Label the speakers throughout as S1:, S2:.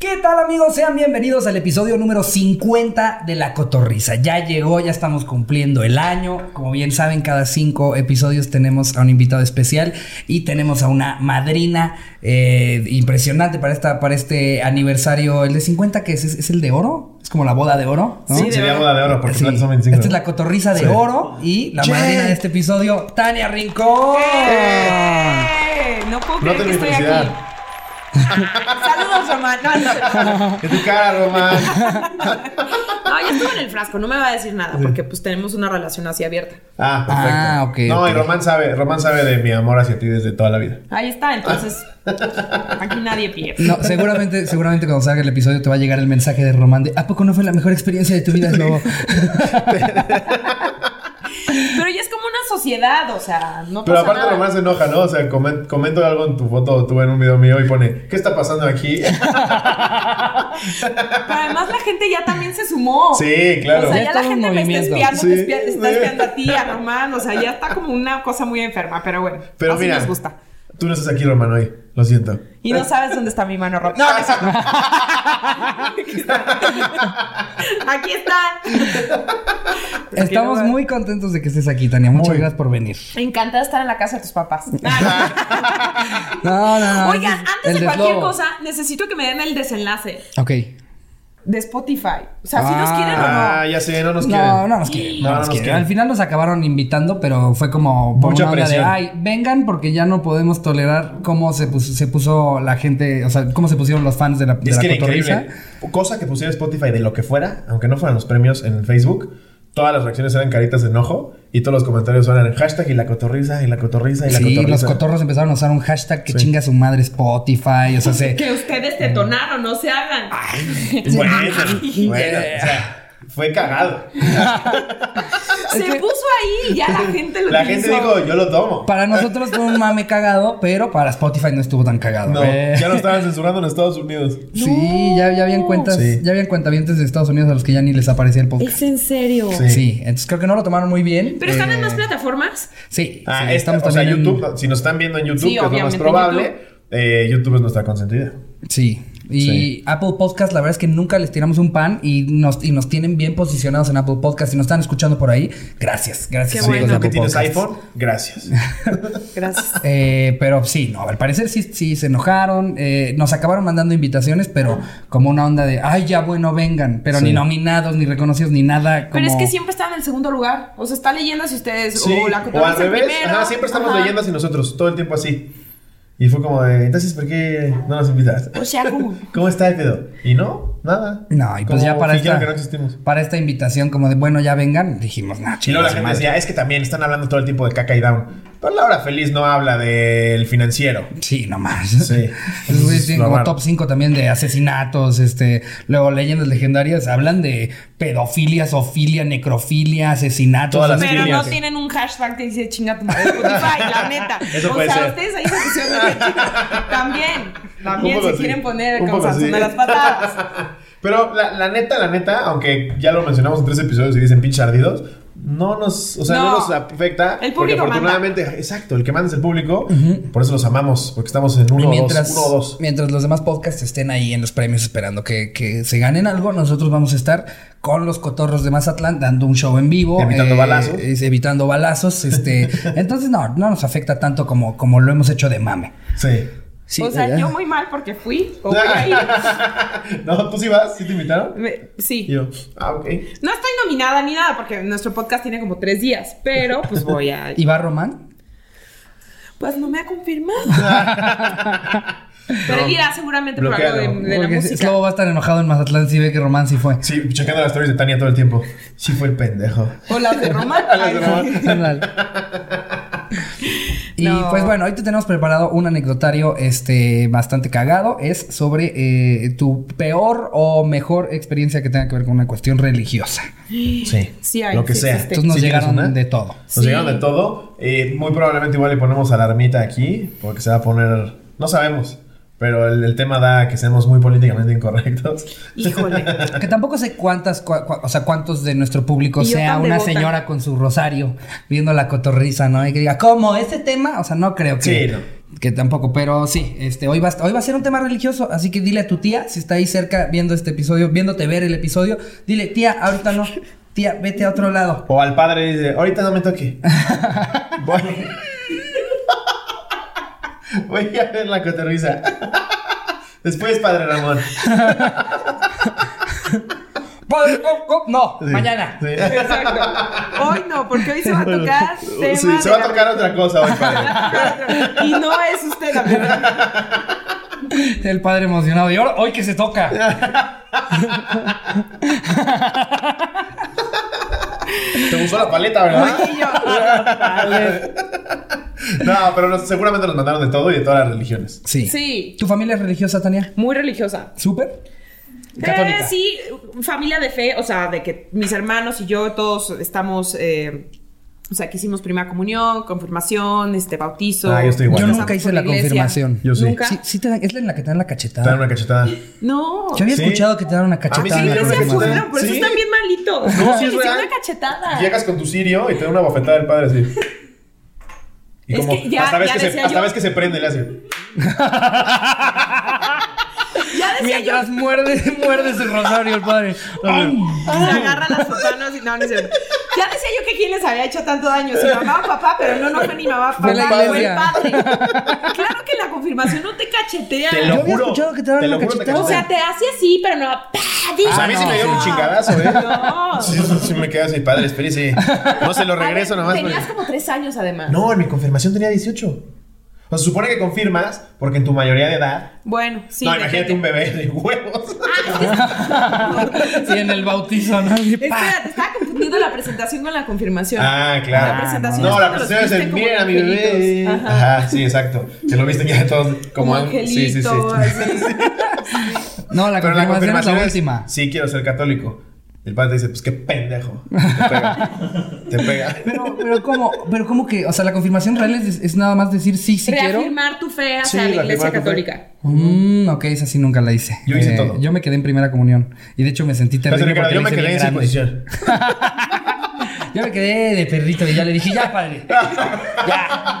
S1: ¿Qué tal amigos? Sean bienvenidos al episodio número 50 de La Cotorriza. Ya llegó, ya estamos cumpliendo el año. Como bien saben, cada cinco episodios tenemos a un invitado especial y tenemos a una madrina eh, impresionante para, esta, para este aniversario. El de 50, que es, ¿Es- es el de oro, es como la boda de oro. ¿no?
S2: Sí, de
S3: Sería
S2: oro.
S3: boda de oro, porque
S1: Sí.
S3: no son
S1: Esta
S3: 25.
S1: es la cotorriza de
S3: Sí.
S1: oro y la
S3: Yeah.
S1: madrina de este episodio, Tania Rincón.
S2: ¡Eh! No
S3: No
S2: puedo creer
S3: te
S2: que
S3: mi
S2: estoy aquí.
S3: felicidad.
S2: Saludos, Román. No, no.
S3: Que tu cara, Román.
S2: No, yo estuve en el frasco, no me va a decir nada, porque pues tenemos una relación así abierta.
S3: Ah, perfecto.
S1: Ah, ok,
S3: No, y
S1: ok.
S3: Román sabe, Román sabe de mi amor hacia ti desde toda la vida.
S2: Ahí está, entonces
S3: Ah.
S2: aquí nadie pierde.
S1: No, seguramente, seguramente cuando salga el episodio te va a llegar el mensaje de Román de ¿A poco no fue la mejor experiencia de tu vida, Slobo?
S2: Pero ya es como una sociedad, o sea, no
S3: Pero
S2: pasa
S3: aparte
S2: nada.
S3: Román se enoja, ¿no? O sea, comen- comento algo en tu foto o tú en un video mío y pone, ¿qué está pasando aquí?
S2: Pero además la gente ya también se sumó.
S3: sí, claro.
S2: O
S1: Ya
S2: sea, ya
S1: es
S2: la
S1: todo un
S2: gente me está
S1: movimiento.
S2: espiando,
S3: Sí,
S2: te espia- está
S3: sí.
S2: espiando a ti, a Román. O sea, ya está como una cosa muy enferma, pero bueno.
S3: Pero
S2: así
S3: mira,
S2: nos gusta.
S3: tú no estás aquí, Román, hoy. Lo siento.
S2: Y no sabes dónde está mi mano rota. No, no es cierto. Aquí está.
S1: Estamos muy contentos de que estés aquí, Tania. Muchas
S3: Muy.
S1: gracias por venir.
S2: Encantada de estar en la casa de tus papás.
S1: No, no, no.
S2: Oigan,
S1: ese es el
S2: antes de cualquier
S1: Slobo.
S2: cosa, necesito que me den el desenlace
S1: Ok.
S2: de Spotify. O sea, si nos
S1: Ah.
S2: quieren o no.
S3: Ah, ya sé, no nos quieren.
S1: No, no nos quieren.
S3: No,
S1: no
S3: no
S1: nos
S3: nos
S1: quieren.
S3: quieren.
S1: Al final nos acabaron invitando, pero fue como por
S3: Mucha
S1: una onda de
S3: presión.
S1: ay, vengan porque ya no podemos tolerar cómo se puso, se puso la gente, o sea, cómo se pusieron los fans de la, de
S3: Es
S1: la
S3: que era
S1: cotorriza.
S3: increíble. Cosa que pusiera Spotify de lo que fuera, aunque no fueran los premios en Facebook, todas las reacciones eran caritas de enojo y todos los comentarios eran hashtag y la cotorriza y la cotorriza y la
S1: Sí,
S3: cotorriza.
S1: los cotorros empezaron a usar un hashtag que
S3: Sí.
S1: chinga su madre Spotify, o sea, se,
S2: Que ustedes detonaron, no se hagan.
S3: Bueno, bueno, o sea, fue cagado.
S2: Se
S1: Es que-
S2: puso ahí y ya la gente lo
S3: La gente
S2: utilizó.
S3: dijo, yo lo tomo.
S1: Para nosotros fue un mame cagado, pero para Spotify no estuvo tan cagado.
S3: No,
S1: Eh,
S3: ya lo estaban censurando en Estados Unidos.
S1: Sí, ya, ya habían cuentas,
S3: Sí.
S1: ya habían cuentavientes de Estados Unidos a los que ya ni les aparecía el podcast.
S2: Es en serio.
S1: Sí.
S3: Sí.
S1: entonces creo que no lo tomaron muy bien.
S2: Pero están en
S1: eh,
S2: más plataformas.
S1: Sí,
S3: Ah,
S1: sí,
S3: esta-
S1: estamos
S3: o sea,
S1: también en-
S3: YouTube, si nos están viendo en YouTube,
S2: Sí,
S3: que es lo más
S2: obviamente,
S3: probable, eh, YouTube es nuestra consentida.
S1: Sí. Y
S3: Sí.
S1: Apple Podcast, la verdad es que nunca les tiramos un pan y nos, y nos tienen bien posicionados en Apple Podcast. Si nos están escuchando por ahí, gracias. Gracias,
S2: Qué bueno.
S1: amigos de
S3: Tú que
S1: Apple
S3: tienes
S1: Podcast.
S3: iPhone, gracias.
S2: Gracias.
S1: Eh, pero sí, no, al parecer sí, sí se enojaron, eh, nos acabaron mandando invitaciones, pero como una onda de, ay, ya bueno, vengan, pero
S3: Sí.
S1: ni nominados, ni reconocidos, ni nada.
S2: Pero es
S1: como-
S2: que siempre están en el segundo lugar. O sea, está leyendo si ustedes.
S3: Sí,
S2: o la
S3: o al
S2: cotorriza
S3: revés.
S2: primero.
S3: Ajá, siempre estamos
S2: Ajá.
S3: leyendas y nosotros, todo el tiempo así. Y fue como de, entonces, ¿por qué no nos invitas?
S2: O sea, ¿cómo?
S3: ¿Cómo está el pedo? Y no, nada.
S1: No, y pues
S3: Como
S1: ya para
S3: fingieron
S1: esta,
S3: que no existimos.
S1: para esta invitación, como de, bueno, ya vengan, dijimos, no,
S3: Y luego
S1: chicos,
S3: la gente decía, es que también están hablando todo el tiempo de caca y down. Pero la hora feliz no habla del financiero.
S1: Sí, nomás.
S3: Sí.
S1: Esos güeyes tienen
S3: Lo
S1: como
S3: raro.
S1: top 5 también de asesinatos, este, luego leyendas legendarias hablan de pedofilia, zoofilia, necrofilia, asesinatos.
S3: Todas las
S2: Pero no
S3: filias.
S2: tienen un hashtag que dice chinga tu madre Spotify, la neta.
S3: Eso
S2: o
S3: puede
S2: sea,
S3: ser.
S2: ustedes ahí se pusieron de chinga. También, también
S3: Un poco
S2: se
S3: así,
S2: quieren poner
S3: un
S2: como
S3: poco así.
S2: Sansón de las patadas.
S3: Pero la, la neta, la neta, aunque ya lo mencionamos en tres episodios y dicen pinches ardidos, no nos, o sea, no,
S2: No.
S3: nos afecta. porque
S2: El público manda.
S3: afortunadamente, exacto, el que manda es el público. Por eso los amamos, porque estamos en
S1: Y
S3: uno, o
S1: mientras,
S3: dos, uno o dos.
S1: mientras los demás podcasts estén ahí en los premios esperando que, que se ganen algo, nosotros vamos a estar con los cotorros de Mazatlán dando un show en vivo. eh,
S3: Evitando balazos.
S1: es- evitando balazos. Este, entonces, no, no nos afecta tanto como, como lo hemos hecho de mame.
S3: Sí.
S1: Sí,
S2: o sea,
S1: eh,
S2: yo muy mal porque fui o voy a ir.
S3: no, tú sí vas, sí te invitaron.
S2: Me- sí.
S3: Y yo, ah, ok.
S2: No estoy nominada ni nada porque nuestro podcast tiene como tres días, pero pues voy a.
S1: ¿Y va Román?
S2: Pues no me ha confirmado. pero él irá seguramente por algo de,
S3: bloquealo.
S2: de la
S1: Porque
S2: música.
S1: Slobo va a estar enojado en Mazatlán si ve que Román sí fue.
S3: Sí, checando las stories de Tania todo el tiempo. Sí fue el pendejo.
S2: O las de Roma.
S3: A las de Roma.
S1: Ándale. Y
S2: No.
S1: pues bueno, hoy te tenemos preparado un anecdotario este bastante cagado. Es sobre eh, tu peor o mejor experiencia que tenga que ver con una cuestión religiosa.
S3: Sí.
S2: Sí hay,
S3: Lo que
S2: sí
S3: sea.
S2: existe.
S1: Entonces nos
S3: ¿Sí tienes una?
S1: llegaron de todo.
S3: Nos
S2: Sí.
S3: llegaron de todo. Eh, muy probablemente igual le ponemos alarmita aquí, porque se va a poner. No sabemos. Pero el, el tema da que seamos muy políticamente incorrectos.
S2: Híjole.
S1: Que tampoco sé cuántas, cua- cua- o sea, cuántos de nuestro público
S2: Y yo
S1: sea
S2: tan
S1: una
S2: devota.
S1: señora con su rosario viendo la cotorriza, ¿no? Y que diga, ¿cómo? ¿Ese ¿Este tema? O sea, no creo que.
S3: Sí, no.
S1: Que tampoco, pero sí, este, hoy, va, hoy va a ser un tema religioso, así que dile a tu tía, si está ahí cerca viendo este episodio, viéndote ver el episodio, dile, tía, ahorita no, tía, vete a otro lado.
S3: O al padre dice, ahorita no me toque. Voy. Voy a ver la cotorriza. Después, padre Ramón.
S1: Padre, oh, oh, no,
S3: Sí,
S1: mañana.
S3: sí.
S2: Exacto. Hoy no, porque hoy se va a tocar tema
S3: Sí, se va
S2: de
S3: a tocar otra cosa hoy, padre.
S2: la- Y no es usted la primera.
S1: El padre emocionado. Y ahora, hoy que se toca.
S3: Te gustó la paleta, ¿verdad?
S2: Y yo, vale.
S3: No, pero nos- seguramente nos mandaron de todo y de todas las religiones.
S1: Sí.
S2: Sí.
S1: ¿Tu familia es religiosa, Tania?
S2: Muy religiosa.
S1: ¿Súper?
S2: Eh,
S1: Católica.
S2: sí, familia de fe, o sea, de que mis hermanos y yo todos estamos, eh, o sea, que hicimos primera comunión, confirmación, este bautizo.
S3: Ah, yo estoy igual.
S1: Yo
S3: Bueno.
S1: nunca hice la
S2: Iglesia.
S1: confirmación.
S3: Yo sí.
S2: Nunca.
S1: Sí, sí te dan- es en la que te dan la
S3: Te dan
S1: cachetada.
S3: una cachetada.
S2: No.
S1: Yo había
S3: Sí.
S1: escuchado que te dan una
S3: sí,
S1: cachetada.
S2: Sí,
S1: en la
S3: yo
S2: no
S3: sí
S2: se
S3: Una
S1: confirmación.
S3: cachetada.
S2: fueron, por eso
S3: Sí.
S2: están bien malitos.
S3: No, sí es
S2: Les hicieron
S3: real.
S2: una cachetada.
S3: Llegas con tu sirio y te da una bofetada del padre así. Y
S2: Es
S3: como,
S2: que ya-
S3: hasta, ves
S2: ya
S3: que se,
S2: decía
S3: hasta
S2: yo.
S3: ves que se prende y le hace.
S2: Ya decía
S1: Mientras muerde, muerde su rosario el padre.
S2: yo, se agarra las sotanas y no, no es cierto. Ya decía yo que quién les había hecho tanto daño, si mamá o papá, pero no, no fue ni mamá, papá,
S1: Fue la
S2: fue el
S1: iglesia.
S2: padre. Claro que en la confirmación no te cachetean.
S3: Te
S1: Yo
S3: lo
S1: había
S3: juro.
S1: escuchado que te daban
S3: lo
S1: una
S3: juro, te
S1: cachetada.
S2: O sea, te hace así, pero no. ¡pah!
S3: O sea, a mí sí me dio un chingadazo, ¿eh?
S2: No.
S3: Sí, sí, sí, me quedé así, padre, espérese. No se lo regreso
S2: A ver,
S3: nomás.
S2: Tenías
S3: porque-
S2: como tres años además.
S3: No, en mi confirmación tenía 18. O sea, se supone que confirmas porque en tu mayoría de edad.
S2: Bueno, sí.
S3: no,
S2: de
S3: imagínate
S2: gente.
S3: un bebé de huevos.
S1: Y en el bautizo, ¿no? Y pa.
S2: Espera, te estaba confundiendo la presentación con la confirmación.
S3: Ah, claro.
S2: La presentación
S3: no,
S2: es
S3: la
S2: cuando los
S3: presentación es el,
S2: visten como
S3: miren a mi
S2: angelitos".
S3: bebé. Ajá.
S2: Ajá.
S3: sí, exacto. Que lo viste ya todos como,
S2: Como
S3: ang- Sí, sí, sí.
S2: angelito,
S1: No, la
S3: Pero
S1: confirmación, es la
S3: es,
S1: última.
S3: Sí, quiero ser católico. El padre te dice, pues qué pendejo. Te pega. te pega.
S1: Pero, pero ¿cómo? Pero ¿cómo que? O sea, la confirmación real es, es nada más decir sí, sí quiero.
S2: Reafirmar tu fe hacia
S3: Sí,
S2: la
S3: reafirmar
S2: iglesia
S3: tu fe.
S2: católica.
S1: Mm, ok, esa sí nunca la hice. Eh,
S3: Yo hice todo.
S1: Yo me quedé en primera comunión. Y de hecho me sentí
S3: Pero,
S1: terrible
S3: Ricardo,
S1: porque
S3: yo
S1: la
S3: me
S1: hice
S3: quedé
S1: bien
S3: en su
S1: grande.
S3: posición.
S1: Yo me quedé de perrito y ya le dije, ya, padre. Ya.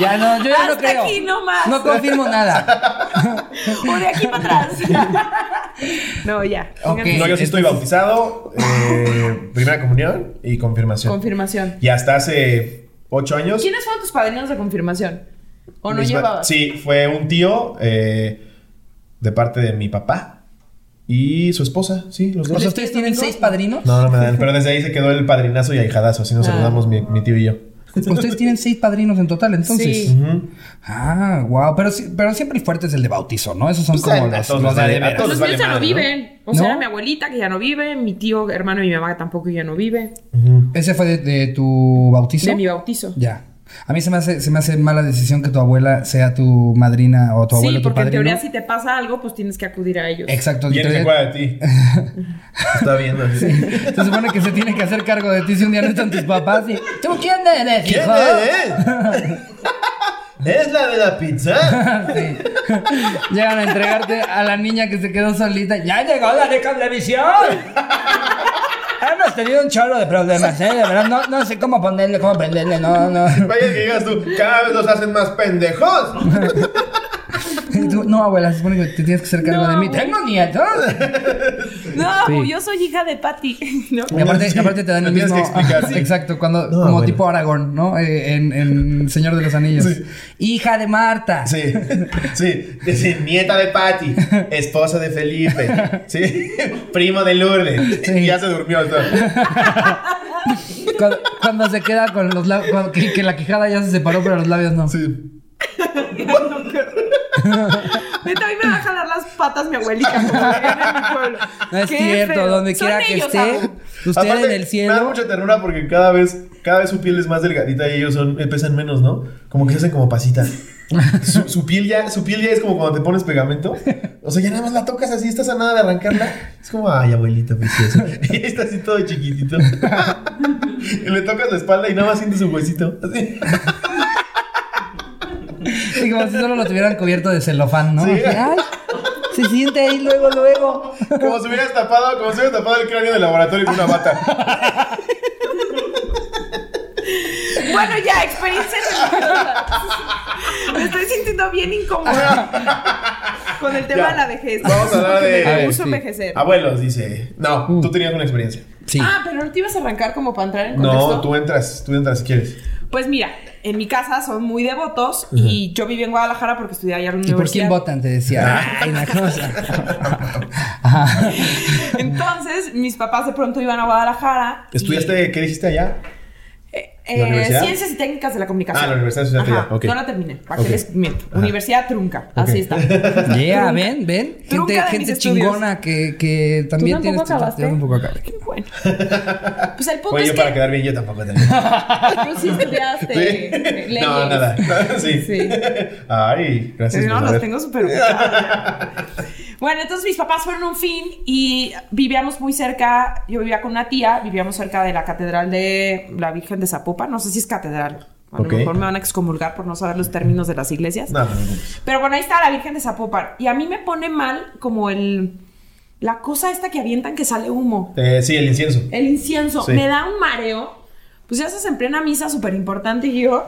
S1: Ya no, yo ya no
S2: Hasta
S1: creo.
S2: aquí nomás.
S1: No confirmo nada.
S2: O de aquí para atrás. no, ya.
S1: Ok.
S2: Pónganme
S3: No, yo sí estoy bautizado, eh, primera comunión y confirmación.
S2: Confirmación.
S3: y hasta hace ocho años.
S2: ¿Quiénes fueron tus padrinos de confirmación? ¿O no
S3: mis ba-
S2: llevabas?
S3: Sí, fue un tío eh, de parte de mi papá y su esposa, sí, los
S1: O
S3: dos.
S1: sea, ¿ustedes tienen seis padrinos?
S3: No, no me dan, pero desde ahí se quedó el padrinazo y ahijadazo, así nos
S2: Ah.
S3: saludamos mi, mi tío y yo.
S1: Ustedes tienen seis padrinos en total, entonces.
S2: Sí.
S3: Ujú.
S1: Ah, wow. Pero, sí- pero siempre el fuerte es el de bautizo, ¿no? Esos son
S3: Pues,
S1: como
S3: a- a
S1: los,
S3: todos
S1: los
S3: les vale-
S1: de
S3: a
S1: veras.
S3: todos.
S2: Los
S3: vale
S2: míos ya no
S3: madre, ¿no?
S2: viven. O sea,
S1: ¿No?
S2: era mi abuelita que ya no vive, mi tío, hermano de mi mamá tampoco ya no vive.
S1: ¿Ese fue de, de tu bautizo?
S2: De mi bautizo.
S1: Ya. A mí se me, hace, se me hace mala decisión que tu abuela sea tu madrina o tu
S2: sí,
S1: abuelo tu
S2: porque en
S1: padrino.
S2: teoría si te pasa algo, pues tienes que acudir a ellos.
S1: Exacto. en
S3: ¿Quién se
S1: teoría-
S3: acuerda de ti? Está viendo. así.
S1: Se supone que se tiene que hacer cargo de ti si un día no están tus papás. Y, ¿Tú quién eres,
S3: ¿Quién
S1: hijo?
S3: eres? ¿Es la de la pizza?
S1: Sí. Llegan a entregarte a la niña que se quedó solita. ¡Ya llegó la de Cablevisión! Hemos tenido un chorro de problemas, ¿eh? De verdad, no, no sé cómo ponerle, cómo prenderle, no, no.
S3: Vaya que digas tú, cada vez los hacen más pendejos.
S1: Y tú, no, abuela, se supone que te tienes que hacer cargo
S2: No,
S1: de mí.
S2: abuela.
S1: ¡Tengo nietos!
S2: No,
S1: Sí.
S2: yo soy hija de Patty. ¿no?
S1: Y aparte,
S3: Sí,
S1: aparte te dan
S3: lo
S1: el
S3: tienes
S1: mismo...
S3: que explicar, sí.
S1: Exacto, cuando,
S3: No,
S1: como
S3: abuela.
S1: tipo Aragón, ¿no? Eh, en, en Señor de los Anillos.
S3: Sí.
S1: ¡Hija de Marta!
S3: Sí, sí, sí, nieta de Patty, esposa de Felipe, sí, primo de Lourdes.
S1: Sí.
S3: Ya se durmió el doctor.
S1: Cuando, cuando se queda con los labios... Que, que la quijada ya se separó, pero los labios no.
S3: Sí.
S2: Neta, a mí me va a jalar las patas mi abuelita. Como dirían en mi pueblo.
S1: No es
S2: Qué
S1: cierto,
S2: feo.
S1: donde
S2: Son
S1: quiera que
S2: ellos,
S1: esté,
S2: Abu.
S1: usted
S3: Aparte,
S1: en el
S3: Me da
S1: cielo.
S3: mucha ternura porque cada vez, cada vez su piel es más delgadita y ellos son, eh, pesan menos, ¿no? Como que se hacen como pasita. Su, su piel ya, su piel ya es como cuando te pones pegamento. O sea, ya nada más la tocas así, estás a nada de arrancarla. Es como, ay, abuelito precioso. Y está así todo chiquitito. Y le tocas la espalda y nada más sientes su huesito. Así.
S1: Y como si solo lo tuvieran cubierto de celofán, ¿no? Así,
S3: Sí.
S1: ay, se siente ahí luego, luego.
S3: Como si hubieras tapado, como si hubieras tapado el cráneo del laboratorio con una bata.
S2: Bueno, ya, experiencia religiosa. Me estoy sintiendo bien incómoda con el tema
S3: Ya.
S2: de la vejez.
S3: Vamos a hablar de-
S2: Porque
S3: A
S2: Me
S3: ver, Ah,
S2: puso
S1: sí.
S2: envejecer.
S3: Abuelos, dice. No, tú tenías una experiencia.
S1: Sí.
S2: Ah, pero no te ibas a arrancar como para entrar en contexto.
S3: No, tú entras, tú entras si quieres.
S2: Pues mira, en mi casa son muy devotos y yo viví en Guadalajara porque estudié allá en la
S1: ¿Y por
S2: universidad.
S1: quién votan? Te decía. Ay, la cosa. Ajá.
S2: Entonces, mis papás de pronto iban a Guadalajara. y-
S3: ¿Estudiaste qué dijiste allá?
S2: Eh,
S3: ¿La
S2: eh,
S3: universidad?
S2: Ciencias y técnicas de la comunicación.
S3: Ah, la universidad de Ciudad
S2: Ajá,
S3: Trinidad, ok.
S2: No la terminé, para
S3: Ok.
S2: que les miento. Universidad Trunca, así está.
S1: Yeah,
S2: Trunca.
S1: ven, ven. Gente,
S2: Trunca de mis
S1: gente
S2: estudios.
S1: chingona que, que
S4: tampoco
S1: también tiene tus-
S4: acabaste?
S1: Yo tampoco acabé.
S2: Qué bueno. Pues el punto
S3: Oye,
S2: es
S3: yo para
S2: que
S3: quedar bien, yo tampoco también.
S4: Tú sí estudiaste.
S3: ¿Sí?
S4: leyes.
S3: No, nada. Sí.
S4: Sí.
S3: Ay, gracias.
S2: no,
S3: por
S2: los
S3: saber.
S2: tengo súper ocupados. Bueno, entonces mis papás fueron a un fin y vivíamos muy cerca. Yo vivía con una tía, vivíamos cerca de la catedral de la Virgen de Zapopan. No sé si es catedral. A lo
S3: Ok.
S2: mejor me van a excomulgar por no saber los términos de las iglesias.
S3: No, no, no.
S2: Pero bueno, ahí está la Virgen de Zapopan. Y a mí me pone mal como el. La cosa esta que avientan que sale humo.
S3: Eh, sí, el incienso.
S2: El incienso.
S3: Sí.
S2: Me da un mareo. Pues ya estás en plena misa súper importante y yo.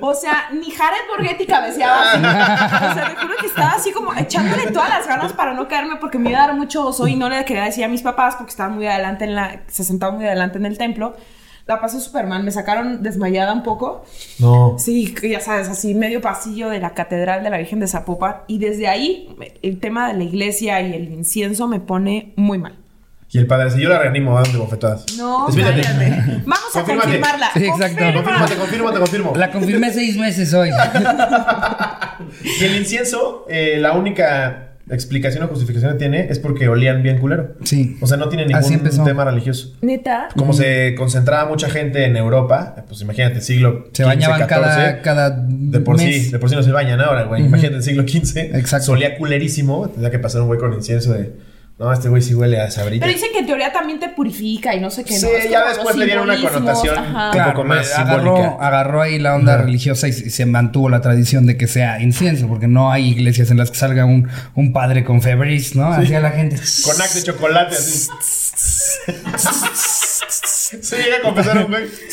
S2: O sea, ni Jared Borghetti cabeceaba así. O sea, te juro que estaba así como echándole todas las ganas para no caerme porque me iba a dar mucho oso y no le quería decir a mis papás porque estaban muy adelante en la. Se sentaban muy adelante en el templo. La pasé Superman. Me sacaron desmayada un poco.
S3: No.
S2: Sí, que ya sabes, así medio pasillo de la Catedral de la Virgen de Zapopan. Y desde ahí me- el tema de la iglesia y el incienso me pone muy mal.
S3: Y el padre, si yo la reanimo, va de bofetadas.
S2: No,
S3: Despídate.
S2: cállate. Vamos a
S3: Confírmate.
S2: confirmarla.
S1: Sí, exacto.
S2: Confirma.
S3: Confirmo, te confirmo, te confirmo.
S1: La confirmé seis meses hoy.
S3: Y el incienso, eh, la única explicación o justificación que tiene es porque olían bien culero.
S1: Sí.
S3: O sea, no tiene
S1: Así
S3: ningún
S1: empezó.
S3: tema religioso.
S2: Neta.
S3: Como se concentraba mucha gente en Europa, eh, pues imagínate, siglo
S1: Se
S3: 15,
S1: bañaban
S3: 14,
S1: cada, cada
S3: de por
S1: mes.
S3: sí, de por sí no se bañan ahora, güey. Imagínate el siglo XV.
S1: Exacto.
S3: Solía culerísimo. Tendría que pasar un güey con incienso de. No, este güey sí huele a sabrita.
S2: Pero dicen que en teoría también te purifica y no sé qué.
S3: Sí,
S2: ¿no? Es
S3: ya
S2: como
S3: después
S2: los
S3: le dieron una
S2: simbolismos,
S3: connotación
S2: ajá.
S3: un
S1: Claro,
S3: poco más
S1: agarró,
S3: simbólica.
S1: agarró ahí la onda religiosa y, se mantuvo la tradición de que sea incienso, porque no hay iglesias en las que salga un, un padre con febris, ¿no? Hacia la gente.
S3: Con axe de chocolate, así. sí, llega a confesar un güey.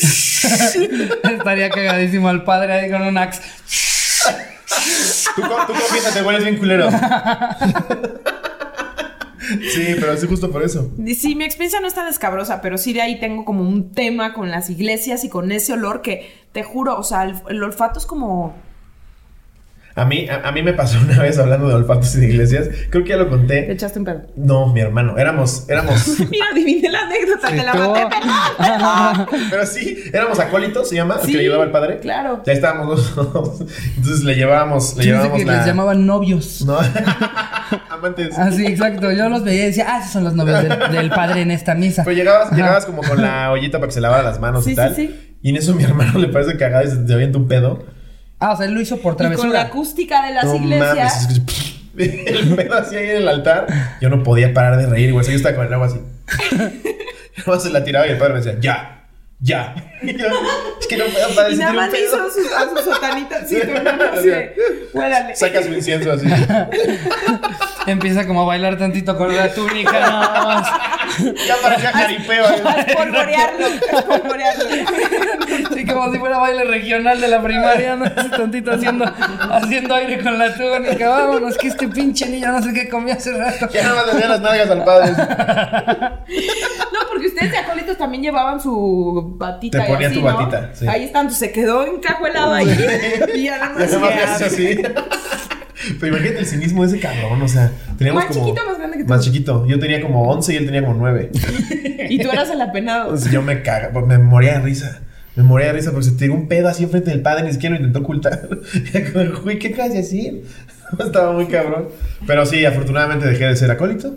S1: Estaría cagadísimo al padre ahí con un axe.
S3: Tú, co- tú confiesas, te hueles bien culero. sí, pero es justo por eso.
S2: Sí, mi experiencia no es tan escabrosa, pero sí de ahí tengo como un tema con las iglesias y con ese olor que te juro, o sea, el, el olfato es como.
S3: A mí, a, a mí me pasó una vez hablando de olfatos y de iglesias. Creo que ya lo
S2: Te
S3: conté.
S2: echaste un pedo.
S3: No, mi hermano. Éramos, éramos.
S2: Mira, adiviné la anécdota, te la
S1: Tú-
S2: maté, perdón, perdón.
S3: Pero sí, éramos acólitos, se llama,
S2: Sí,
S3: que le llevaba el padre.
S2: claro.
S3: Ya estábamos los dos. Entonces le llevábamos, le
S1: Yo pensé
S3: llevábamos
S1: que
S3: la.
S1: les llamaban novios.
S3: No. Amantes.
S1: Ah, sí, exacto. Yo los veía y decía, ah, esos son los novios del, del padre en esta misa.
S3: Pero llegabas, llegabas como con la ollita para que se lavara las manos y
S2: Sí, sí,
S3: tal.
S2: sí.
S3: Y en eso mi hermano le parece cagada y se te avienta un pedo.
S1: Ah, o sea, él lo hizo por
S2: Y con la
S1: travesura.
S2: acústica de las
S3: no mames.
S2: iglesias.
S3: escucha, el pedo así ahí en el altar. Yo no podía parar de reír, güey. así Yo estaba con el agua así. Luego se la tiraba y el padre me decía, ya, ya. Y yo, es que no puedo padre,
S2: y
S3: se tira
S2: nada más
S3: un
S2: le hizo
S3: pedo.
S2: a su, a su sotanita. Sí, tu hermano así de, "Huélale".
S3: Saca su incienso así.
S1: Empieza como a bailar tantito con la túnica, nada más.
S3: Ya parecía jaripeo. ¿eh?
S2: A espolvorearlo, a espolvorearlo.
S1: Sí, como si fuera baile regional de la primaria, ¿no? Así tantito haciendo, haciendo aire con la túnica. Vámonos, que este pinche niño no sé qué comió hace rato.
S3: Ya nada más le veía las nalgas al padre.
S2: No, porque ustedes de acólitos también llevaban su batita.
S3: Te ponían
S2: y así,
S3: tu
S2: ¿no?
S3: batita, sí.
S2: Ahí están, se quedó encajuelado ahí. Y a la
S3: Y además le haces así. Pero imagínate el cinismo de ese cabrón, o sea, teníamos
S2: Más
S3: como...
S2: chiquito o más grande que tú.
S3: Más chiquito. Yo tenía como 11 y él tenía como 9.
S2: Y tú eras el apenado.
S3: Entonces yo me caga, pues, me moría de risa. Me moría de risa porque se tiró un pedo así enfrente del padre, ni siquiera lo intentó ocultar. Era como, Güey, ¿qué acabas de decir? Estaba muy cabrón. Pero sí, afortunadamente dejé de ser acólito.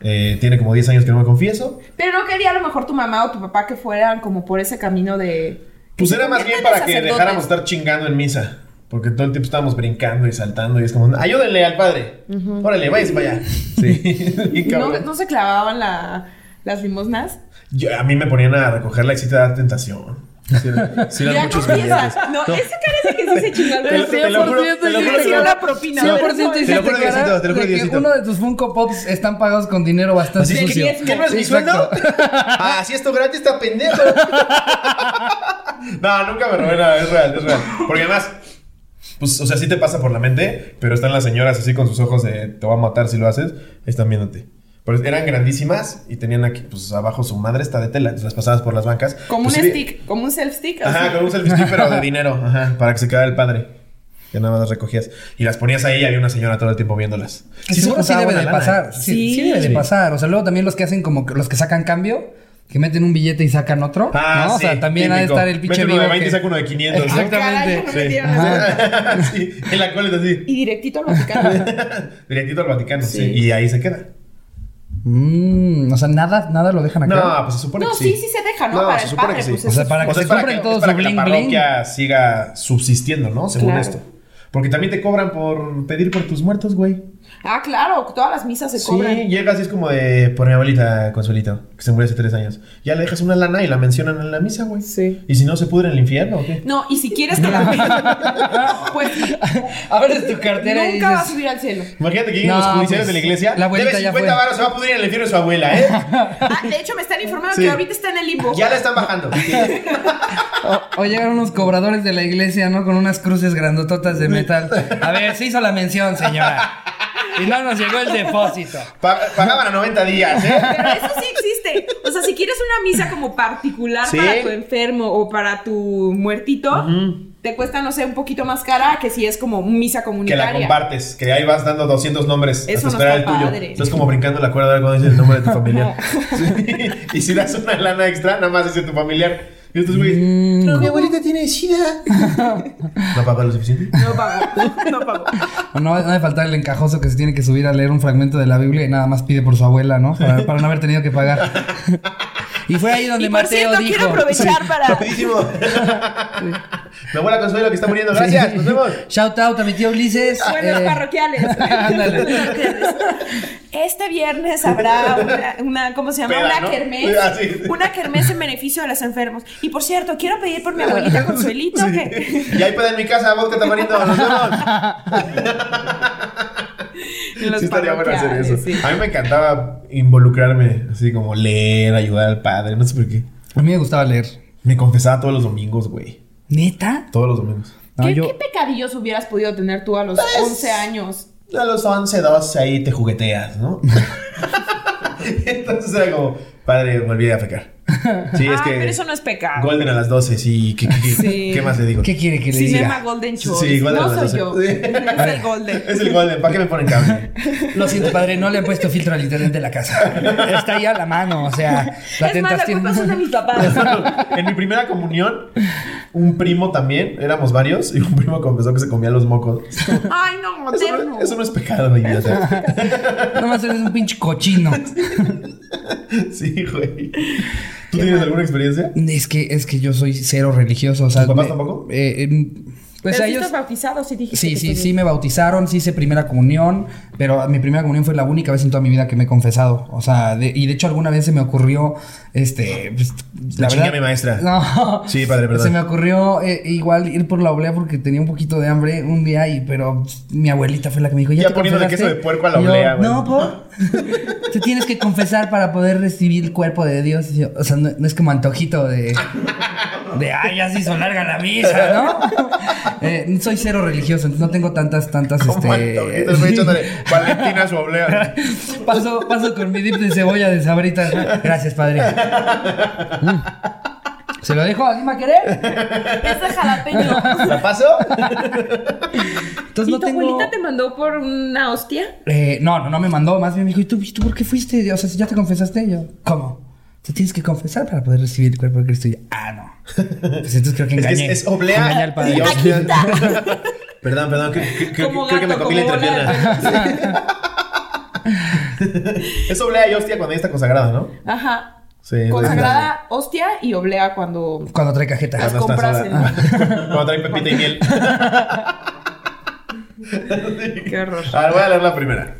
S3: Eh, tiene como 10 años que no me confieso.
S2: Pero no quería a lo mejor tu mamá o tu papá que fueran como por ese camino de.
S3: Pues era más bien para que
S2: Sacerdotes.
S3: dejáramos estar chingando en misa. Porque todo el tiempo estábamos brincando y saltando y es como, ayúdenle al padre. Órale, váyase para allá. Sí, bien
S2: No,
S3: cabrón.
S2: no se clavaban la- las limosnas.
S3: Yo- a mí me ponían a recogerla y sí te da tentación. Sí, era- sí eran
S2: Ya
S3: muchos
S2: confiesas.
S3: billetes.
S2: No, esa cara es de que sí se chingó el
S3: Te lo- te lo juro, te lo juro,
S2: Se
S3: te
S2: dio
S3: lo-
S2: la propina.
S3: te lo juro,
S1: 100%
S3: te
S1: hiciste
S3: lo juro,
S1: aclarar
S3: Diosito, te lo juro,
S1: de que
S3: Diosito.
S1: uno de tus Funko Pops están pagados con dinero bastante
S3: Así,
S1: sucio.
S2: diezmo.
S3: ¿Qué no es mi
S1: Exacto.
S3: sueldo? Ah, si esto gratis está pendejo. No, nunca me robé nada, es real, es real. Porque además, pues, o sea, sí te pasa por la mente, pero están las señoras así con sus ojos de te va a matar si lo haces, están viéndote. Pero eran grandísimas y tenían aquí, pues abajo su madre está de tela, entonces las pasabas por las bancas.
S2: Como
S3: Pues,
S2: un
S3: sí,
S2: stick, como un self-stick.
S3: Ajá,
S2: así. Ah,
S3: con un selfie stick, pero de dinero, ajá, para que se quedara el padre. Que nada más las recogías. Y las ponías ahí y había una señora todo el tiempo viéndolas.
S1: Que
S3: se
S1: seguro sí
S3: juntaba
S1: debe
S3: buena
S1: de
S3: lana,
S1: pasar.
S3: ¿eh?
S1: Sí,
S2: Sí.
S1: sí debe de
S3: Sí.
S1: pasar. O sea, luego también los que hacen como que- los que sacan cambio, que meten un billete y sacan otro.
S3: Ah,
S1: ¿no?
S3: sí,
S1: o sea, también ha de
S3: típico.
S1: estar el pinche
S3: Mete uno de
S1: vivo
S3: 20 y
S1: que-
S3: saca uno de 500. ¿no?
S2: Ah, caray,
S1: Exactamente.
S2: no me dieron
S1: Ajá.
S2: ese-
S3: sí, en la cola es así.
S2: Y directito al Vaticano.
S3: Directito al Vaticano, sí.
S2: Sí.
S3: Y ahí se queda.
S1: Mm, o sea, nada, nada lo dejan acá.
S3: No, pues se supone
S2: No,
S3: que sí.
S2: sí, sí se deja, ¿no? Para el padre, pues,
S1: O sea, para que se compren todo
S3: es para
S1: su
S3: que la
S1: bling
S3: parroquia siga subsistiendo, ¿no? Según
S2: Claro.
S3: esto. Porque también te cobran por pedir por tus muertos, güey.
S2: Ah, claro, todas las misas se
S3: Sí,
S2: cobran.
S3: llegas y es como de por mi abuelita Consuelito, que se murió hace tres años. Ya le dejas una lana y la mencionan en la misa, güey.
S2: Sí.
S3: Y si no, se pudre en el infierno, ¿o qué?
S2: No, y si quieres que la pues
S1: Abres tu cartera y
S2: nunca va a
S1: dices.
S2: subir al cielo.
S3: Imagínate que lleguen
S1: No,
S3: los judiciales
S1: pues,
S3: de la iglesia.
S1: la abuelita
S3: debe
S1: ya
S3: 50
S1: fue.
S3: varos, se va a pudrir en el infierno su abuela, ¿eh?
S2: Ah, de hecho me están informando
S3: Sí.
S2: que ahorita está en el limbo.
S3: ya la están bajando.
S1: O, o llegan unos cobradores de la iglesia, ¿no? Con unas cruces grandototas de metal. A ver, se hizo la mención, señora. Y no nos llegó el depósito.
S3: Pa- pagaban a 90 días, ¿eh?
S2: Pero eso sí existe. O sea, si quieres una misa como particular
S3: Sí.
S2: para tu enfermo o para tu muertito, te cuesta, no sé, un poquito más cara que si es como misa
S3: Que la
S2: comunitaria.
S3: compartes, que ahí vas dando 200 nombres hasta
S2: Eso no
S3: esperar el
S2: está
S3: tuyo.
S2: padre.
S3: Estás como brincando la cuerda cuando dices el nombre de tu familiar. Sí. Y si das una lana extra, nada más dice tu familiar. Y estos güeyes,
S2: Mm,
S3: "No, mi abuelita tiene sida. ¿No paga lo suficiente?
S2: No pago, no pago.
S1: O No, no de faltar el encajoso que se tiene que subir a leer un fragmento de la Biblia y nada más pide por su abuela, ¿no? Para, para no haber tenido que pagar. Y fue ahí donde
S2: Y por
S1: Mateo
S2: cierto,
S1: dijo.
S2: quiero aprovechar para.
S3: Rapidísimo. Mi abuela Consuelo que está muriendo. Gracias, nos vemos.
S1: Shout out a mi tío Ulises.
S2: Buenos
S1: Eh,
S2: parroquiales. este viernes habrá una, una- ¿cómo se llama?
S3: Peda,
S2: una
S3: ¿no?
S2: kermés.
S3: Ah, sí.
S2: Una kermés en beneficio de los enfermos. Y por cierto, quiero pedir por mi abuelita Consuelito que.
S3: Y ahí puede en mi casa, vodka tamarindo. Nos vemos.
S2: Los
S3: Sí, estaría bueno hacer eso.
S2: parroquiales, sí.
S3: A mí me encantaba involucrarme, así como leer, ayudar al padre, no sé por qué.
S1: A mí me gustaba leer.
S3: Me confesaba todos los domingos, güey.
S1: ¿Neta?
S3: Todos los domingos.
S1: No,
S2: ¿Qué,
S1: yo-
S2: qué pecadillos hubieras podido tener tú a los
S3: Pues,
S2: 11 años?
S3: A los 11, 12, ahí te jugueteas, ¿no? Entonces era como, padre, me olvidé de afecar. Sí, es
S2: ah,
S3: que.
S2: pero eso no es pecado.
S3: Golden a las 12, sí. ¿Qué, qué- qué-
S2: Sí.
S3: qué más le digo?
S1: ¿Qué quiere que le
S2: Sí, se llama
S1: diga?
S2: Golden
S3: Sí,
S2: Choice.
S3: Golden a
S2: no
S3: las ¿eh?
S2: soy
S3: 12.
S2: yo. Es el Golden.
S3: Es el Golden, ¿para qué me ponen cable?
S1: Lo siento, padre, no le han puesto filtro al internet de la casa. Está ahí a la mano, o sea, la
S2: es más, la
S1: tentación.
S2: culpa son de mis papás.
S3: en mi primera comunión, un primo también, éramos varios, y un primo confesó que se comía los mocos.
S2: Ay, no,
S3: Eso
S2: moderno.
S3: no, eso no es pecado, idiota.
S1: Nomás eres un pinche cochino.
S3: Sí, güey. ¿Tú tienes alguna experiencia?
S1: Es que, es que yo soy cero religioso. O sea,
S3: ¿Tus papás
S1: me-
S3: tampoco?
S1: eh, em, pues
S2: pero
S1: a
S2: sí
S1: ellos.
S2: estás bautizado, sí dijiste.
S1: Sí,
S2: que
S1: sí,
S2: estás-
S1: sí me bautizaron, sí hice primera comunión, pero mi primera comunión fue la única vez en toda mi vida que me he confesado. O sea, de- y de hecho alguna vez se me ocurrió, este, pues,
S3: La chingue a mi maestra.
S1: No.
S3: Sí, padre, perdón.
S1: Se me ocurrió eh, igual ir por la oblea porque tenía un poquito de hambre un día y pero pues, mi abuelita fue la que me dijo, ya,
S3: Ya
S1: te
S3: poniéndole
S1: confesaste?"
S3: queso de puerco a la
S1: Y yo,
S3: oblea, güey.
S1: No, por. Te tienes que confesar para poder recibir el cuerpo de Dios. Y yo, o sea, no, no es como antojito de
S3: Ah,
S1: de ay, ya se hizo larga la misa, ¿no? Eh, soy cero religioso, entonces no tengo tantas, tantas,
S3: Como
S1: este.
S3: antojito, estoy echándole Valentina a su oblea.
S1: paso, paso con mi dip de cebolla de sabritas. Gracias, padre. Mm. ¿Se lo dejo así, a querer?
S2: Es de jalapeño.
S3: ¿La paso?
S1: Entonces
S2: ¿Y
S1: no
S2: tu
S1: tengo.
S2: abuelita te mandó por una hostia?
S1: Eh, no, no, no me mandó. Más bien me dijo, ¿y tú, y tú por qué fuiste? O sea, si ya te confesaste. Y yo, ¿cómo? Te tienes que confesar para poder recibir el cuerpo de Cristo. Y yo, ah, no. Pues entonces creo que
S3: Es que es,
S1: engañé.
S3: es oblea.
S1: Engañé al padre.
S3: y hostia. Perdón, perdón, que- que- que-
S2: Como
S3: creo que me
S2: gato,
S3: comí la
S2: como
S3: entrepierna. es oblea y hostia cuando ya está consagrada, ¿no?
S2: Ajá.
S3: Sí. es eh,
S2: Consagrada hostia y oblea cuando.
S1: Cuando trae cajeta.
S2: Las
S3: Cuando está
S2: compras
S3: sola. Cuando trae pepita y miel.
S2: Qué horror.
S3: A ver, voy a leer la primera.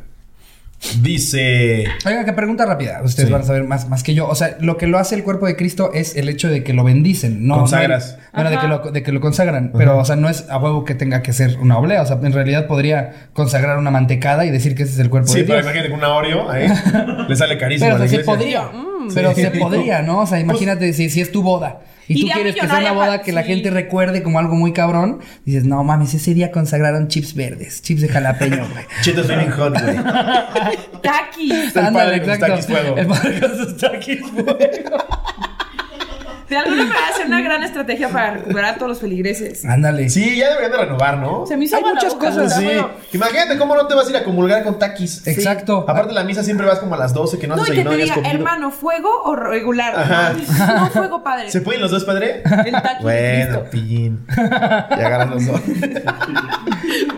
S3: Dice.
S1: Oiga, que pregunta rápida. Ustedes
S3: Sí.
S1: van a saber más, más que yo. O sea, lo que lo hace el cuerpo de Cristo es el hecho de que lo bendicen, ¿no?
S3: Consagras.
S1: No el- bueno, de que,
S2: Ajá.
S1: lo, de que lo consagran. Pero, o sea, no es a huevo que tenga que ser una oblea. O sea, en realidad podría consagrar una mantecada y decir que ese es el cuerpo
S3: Sí,
S1: de
S3: pero
S1: Dios.
S3: imagínate con una Oreo ahí. Le sale carísimo
S1: Pero,
S3: a
S1: o sea,
S3: la
S1: se
S3: iglesia.
S1: podría.
S2: Mm.
S1: Pero se podría, ¿no? O sea, imagínate si, si es tu boda y tú
S2: Idea
S1: quieres que sea una
S2: Pues, millonaria
S1: boda
S2: para-
S1: que la
S2: sí.
S1: gente recuerde como algo muy cabrón, dices, no mames, ese día consagraron chips verdes, chips de jalapeño, güey.
S3: Chetos Flaming Hot, güey.
S2: Takis.
S3: Está el
S1: Ándale,
S3: padre con sus taquis fuego.
S1: El padre con sus taquis fuego.
S2: De alguna manera ser una gran estrategia para recuperar a todos los feligreses.
S1: Ándale.
S3: Sí, ya deberían de renovar, ¿no?
S2: Se me hizo
S1: Hay
S2: agua la
S1: muchas
S2: boca,
S1: cosas,
S2: está
S3: Sí.
S2: bueno.
S3: Imagínate cómo no te vas a ir a comulgar con taquis.
S1: Exacto.
S3: Aparte, la misa siempre vas como a las 12, que no
S2: No,
S3: haces ahí,
S2: y que
S3: no
S2: te
S3: hayas
S2: diga,
S3: comido.
S2: hermano, ¿fuego o regular?
S3: Ajá.
S2: No, fuego, padre.
S3: ¿Se pueden los dos, padre?
S2: El taqui
S3: Bueno, pillín. Y agarras los dos.
S2: Cristo.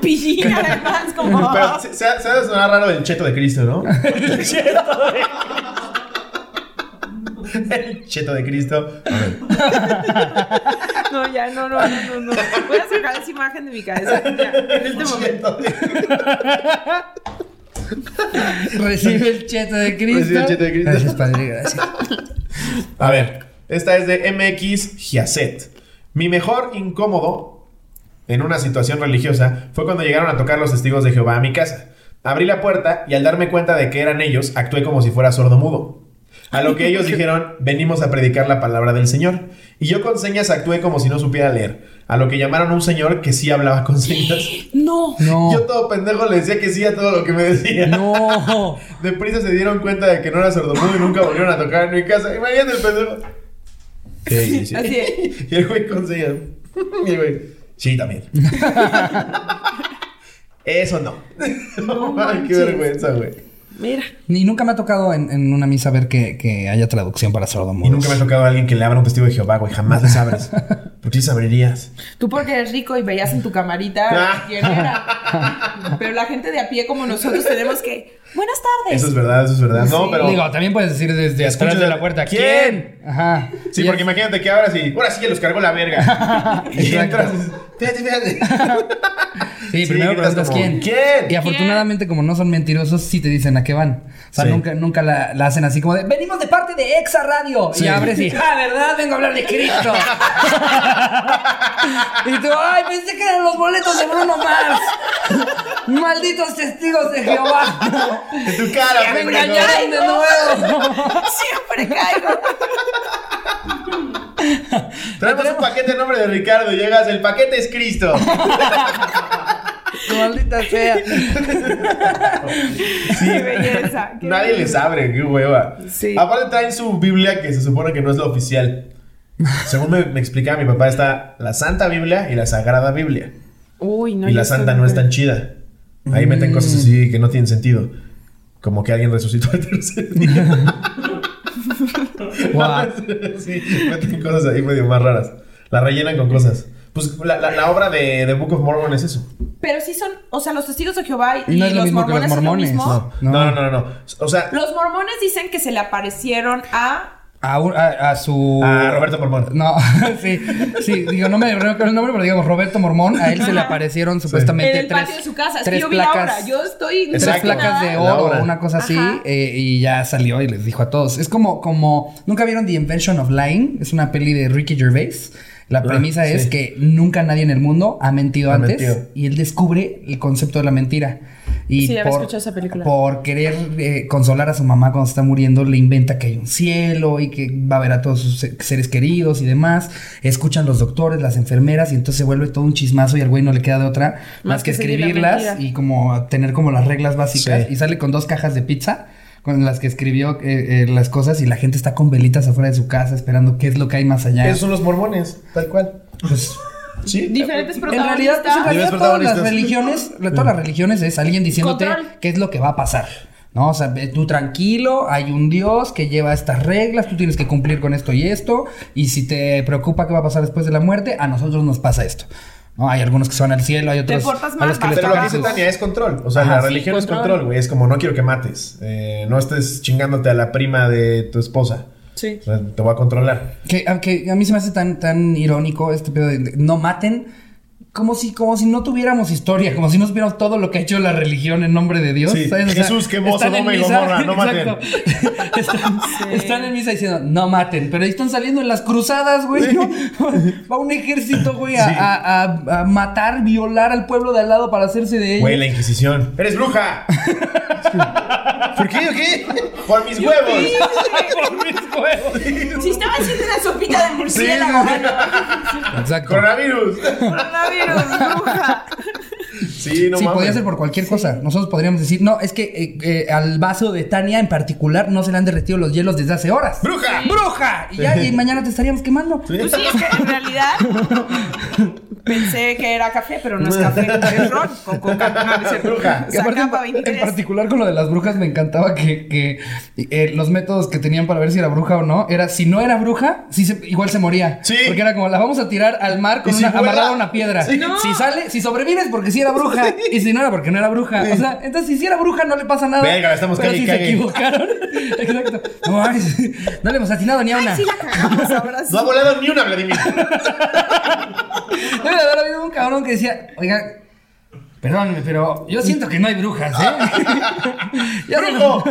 S2: Pillín, además, como...
S3: Pero se, se ha se ha de sonar raro el cheto de Cristo, ¿no? El cheto de Cristo. A ver.
S2: No, ya, no, no, no, no, no. Voy a sacar esa imagen de mi cabeza. Ya, en este momento.
S3: Cheto de Cristo.
S1: Recibe el cheto de Cristo.
S3: Recibe el cheto de Cristo.
S1: Gracias, padre, gracias.
S3: A ver, esta es de MX Giacet. Mi mejor incómodo en una situación religiosa fue cuando llegaron a tocar los testigos de Jehová a mi casa. Abrí la puerta y al darme cuenta de que eran ellos, actué como si fuera sordo mudo. A lo que ellos dijeron, venimos a predicar la palabra del Señor. Y yo con señas actué como si no supiera leer. A lo que llamaron a un señor que sí hablaba con señas.
S2: No.
S1: No.
S3: Yo todo pendejo le decía que sí a todo lo que me decía.
S1: No.
S3: Deprisa se dieron cuenta de que no era sordomudo y nunca volvieron a tocar en mi casa. Imagínate el pendejo. ¿Qué hice?
S2: Así es.
S3: Y el güey con señas. Y el güey, sí, también. Eso no. Ay, qué
S2: manches.
S3: vergüenza, güey.
S2: Mira.
S1: Ni nunca me ha tocado en, en una misa ver que, que haya traducción para sordomudos.
S3: Y nunca me ha tocado a alguien que le abra un testigo de Jehová, güey. Jamás les abres. Porque les abrirías.
S2: Tú porque eres rico y veías en tu camarita
S3: Ah.
S2: quién era. Pero la gente de a pie como nosotros tenemos que... Buenas tardes.
S3: Eso es verdad, eso es verdad. No, pero.
S1: Digo, también puedes decir desde
S3: Escucha
S1: atrás de la
S3: de-
S1: puerta.
S3: ¿Quién?
S1: Ajá.
S3: Sí,
S1: Y
S3: porque
S1: es-
S3: imagínate que abras y ahora sí que los cargó la verga. y
S1: Exacto.
S3: entras. y dices, Fíjate, fíjate.
S1: Sí,
S3: Sí,
S1: primero
S3: gritas
S1: preguntas
S3: como,
S1: quién.
S3: "¿Quién?".
S1: Y afortunadamente, como no son mentirosos, sí te dicen a qué van. O sea,
S3: Sí.
S1: nunca, nunca la, la hacen así como de venimos de parte de Exa Radio.
S3: Sí.
S1: Y abres y, ah, ¿verdad? Vengo a hablar de Cristo. y tú, ay, pensé que eran los boletos de Bruno Mars. Malditos testigos de Jehová.
S3: En tu cara,
S1: Me
S3: pendejo.
S1: engañaron de nuevo.
S2: Siempre caigo.
S3: Traemos un paquete en nombre de Ricardo y llegas, el paquete es Cristo.
S1: Maldita sea.
S2: Qué belleza. qué
S3: Nadie les
S2: belleza.
S3: abre, qué hueva.
S2: Sí.
S3: Aparte traen su Biblia que se supone que no es la oficial. Según me, me explicaba mi papá, está la Santa Biblia y la Sagrada Biblia.
S2: Uy, no.
S3: y la
S2: yo
S3: Santa
S2: estoy- Mm.
S3: no es tan chida. Ahí meten cosas así que no tienen sentido. Como que alguien resucitó el tercer día.
S1: Guau.
S3: sí, meten cosas ahí medio más raras. La rellenan con cosas. Pues la, la- la obra de, de Book of Mormon es eso.
S2: Pero sí son... O sea, los testigos de Jehová y
S1: No es lo
S2: los
S1: mismo que los
S2: mormones son
S1: mormones,
S2: lo mismo.
S1: no.
S3: No, no, no, no. no. O sea,
S2: Los mormones dicen que se le aparecieron a.
S1: A, un- a- a su.
S3: a Roberto Mormón.
S1: No, sí, sí, digo, no me recuerdo el nombre, pero digamos, Roberto Mormón, a él se le aparecieron supuestamente
S2: En el
S1: tres,
S2: patio de su casa. Es que
S1: tres
S2: yo vi la
S1: placas,
S2: obra. Yo estoy.
S1: tres
S3: Exacto.
S1: placas de
S3: La
S1: oro,
S3: obra.
S1: una cosa así,
S2: Ajá.
S1: eh, y ya salió y les dijo a todos. Es como, como, ¿nunca vieron The Invention of Lying? Es una peli de Ricky Gervais. La
S3: Ah,
S1: premisa es
S3: sí.
S1: que nunca nadie en el mundo ha mentido
S3: Ha
S1: antes
S3: mentido.
S1: y él descubre el concepto de la mentira. Y
S2: Sí, ya había
S1: por,
S2: escuchado esa película.
S1: por querer eh, consolar a su mamá cuando se está muriendo, le inventa que hay un cielo y que va a ver a todos sus se- seres queridos y demás. Escuchan los doctores, las enfermeras y entonces se vuelve todo un chismazo y al güey no le queda de otra más,
S2: Más
S1: que,
S2: que seguir la
S1: escribirlas
S2: mentira.
S1: y como tener como las reglas básicas.
S3: Sí.
S1: Y sale con dos cajas de pizza con las que escribió eh, eh, las cosas y la gente está con velitas afuera de su casa esperando qué es lo que hay más allá.
S3: Esos son los mormones, tal cual.
S1: Pues,
S3: Sí.
S2: Diferentes
S1: en
S2: protagonistas.
S1: realidad, pues, en realidad
S3: Niveles
S1: todas las
S3: protagonistas.
S1: religiones, la- todas las religiones es alguien diciéndote
S2: Control.
S1: qué es lo que va a pasar. No, o sea, ve tú tranquilo, hay un Dios que lleva estas reglas, tú tienes que cumplir con esto y esto, y si te preocupa qué va a pasar después de la muerte, a nosotros nos pasa esto. No, hay algunos que se van al cielo, hay otros
S2: portas
S1: a
S2: mal,
S1: los que les
S3: Pero lo que
S1: tocan
S3: dice
S1: sus-
S3: Tania es control. O sea,
S1: Ajá,
S3: la
S1: sí, pues,
S3: religión es
S2: control.
S3: control, güey. Es como no quiero que mates. Eh, no estés chingándote a la prima de tu esposa.
S2: Sí.
S3: O sea, te voy a controlar.
S1: Que, a- que a mí se me hace tan, tan irónico este pedo de, de no maten, como si, como si no tuviéramos historia, como si no supiéramos todo lo que ha hecho la religión en nombre de Dios.
S3: Sí,
S1: ¿sabes?
S3: Jesús, qué mozo,
S1: están en
S3: Sodoma y
S1: misa-
S3: Gomorra, no maten.
S1: Exacto. están, están en misa diciendo, no maten, pero ahí están saliendo en las cruzadas, güey. ¿no? Va un ejército, güey, a,
S3: Sí.
S1: a- a- a matar, violar al pueblo de al lado para hacerse de ellos.
S3: Güey, la Inquisición. ¡Eres bruja! ¿Por qué? ¿O qué? Por mis huevos.
S1: Por mis huevos.
S2: Si estaba haciendo una sopita de
S3: Sí,
S2: murciélago.
S3: sí, sí.
S1: Exacto.
S3: Coronavirus.
S2: Coronavirus, bruja.
S3: Sí, no
S1: sí,
S3: mames.
S1: podía ser por cualquier cosa. Nosotros podríamos decir, no, es que eh, eh, al vaso de Tania en particular no se le han derretido los hielos desde hace horas.
S3: ¡Bruja!
S1: ¡Bruja! Y ya, y mañana te estaríamos quemando.
S2: Pues sí, es que en realidad pensé que era café, pero no es café, es ron con coca. No, no es cierto.
S3: Bruja.
S1: Y aparte,
S2: Zacapa
S1: en,
S2: 23.
S1: particular con lo de las brujas, me encantaba que, que, eh, los métodos que tenían para ver si era bruja o no, era si no era bruja, sí se- igual se moría.
S3: Sí.
S1: Porque era como, la vamos a tirar al mar con
S3: Y si
S1: una,
S3: vuela-
S1: amarrada a una piedra.
S3: Sí.
S1: Si sale, si sobrevives porque sí era bruja, y si no era porque no era bruja. O sea, entonces si sí era bruja no le pasa nada.
S3: Verga, la estamos
S1: Pero
S3: cague y
S1: si se
S3: cague.
S1: equivocaron. Exacto. No, ay, sí. no le hemos atinado ni a una.
S2: Sí la cagamos ahora sí.
S3: No ha volado ni una, Vladimir.
S1: Debe de haber habido un cabrón que decía, oiga, perdónenme, pero yo siento que no hay brujas, ¿eh? Ya se
S3: ¡Brujo!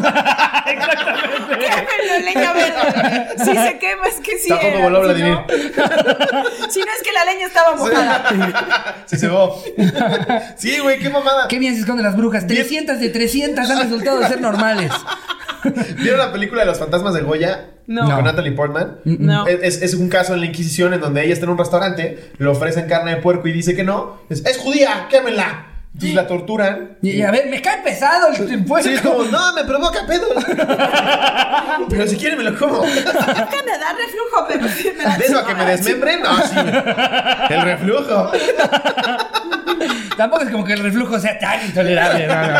S2: Quémelo, leña verde. Si se quema es que sí
S3: Tampoco
S2: era,
S3: voló
S2: si
S3: Vladimir.
S2: no- Si no es que la leña estaba mojada.
S3: Se cebó. Sí, güey, qué mamada.
S1: Qué bien se esconden las brujas.
S3: Bien.
S1: 300 de 300 han resultado de ser normales.
S3: ¿Vieron la película de los fantasmas de Goya?
S2: No.
S3: Con Natalie Portman.
S2: No.
S3: Es, es- es un caso en la Inquisición en donde ella está en un restaurante, le ofrecen carne de puerco y dice que no. Es, "Es judía, quémela. Entonces la torturan.
S1: Y, y a ver, me cae pesado el el puerco.
S3: Sí, es como, no, me provoca pedo. Pero si quiere me lo como.
S2: Nunca me da reflujo, pero sí me da
S3: De eso a que me desmembren, no, sí. El reflujo.
S1: Tampoco es como que el reflujo sea tan intolerable. No, no.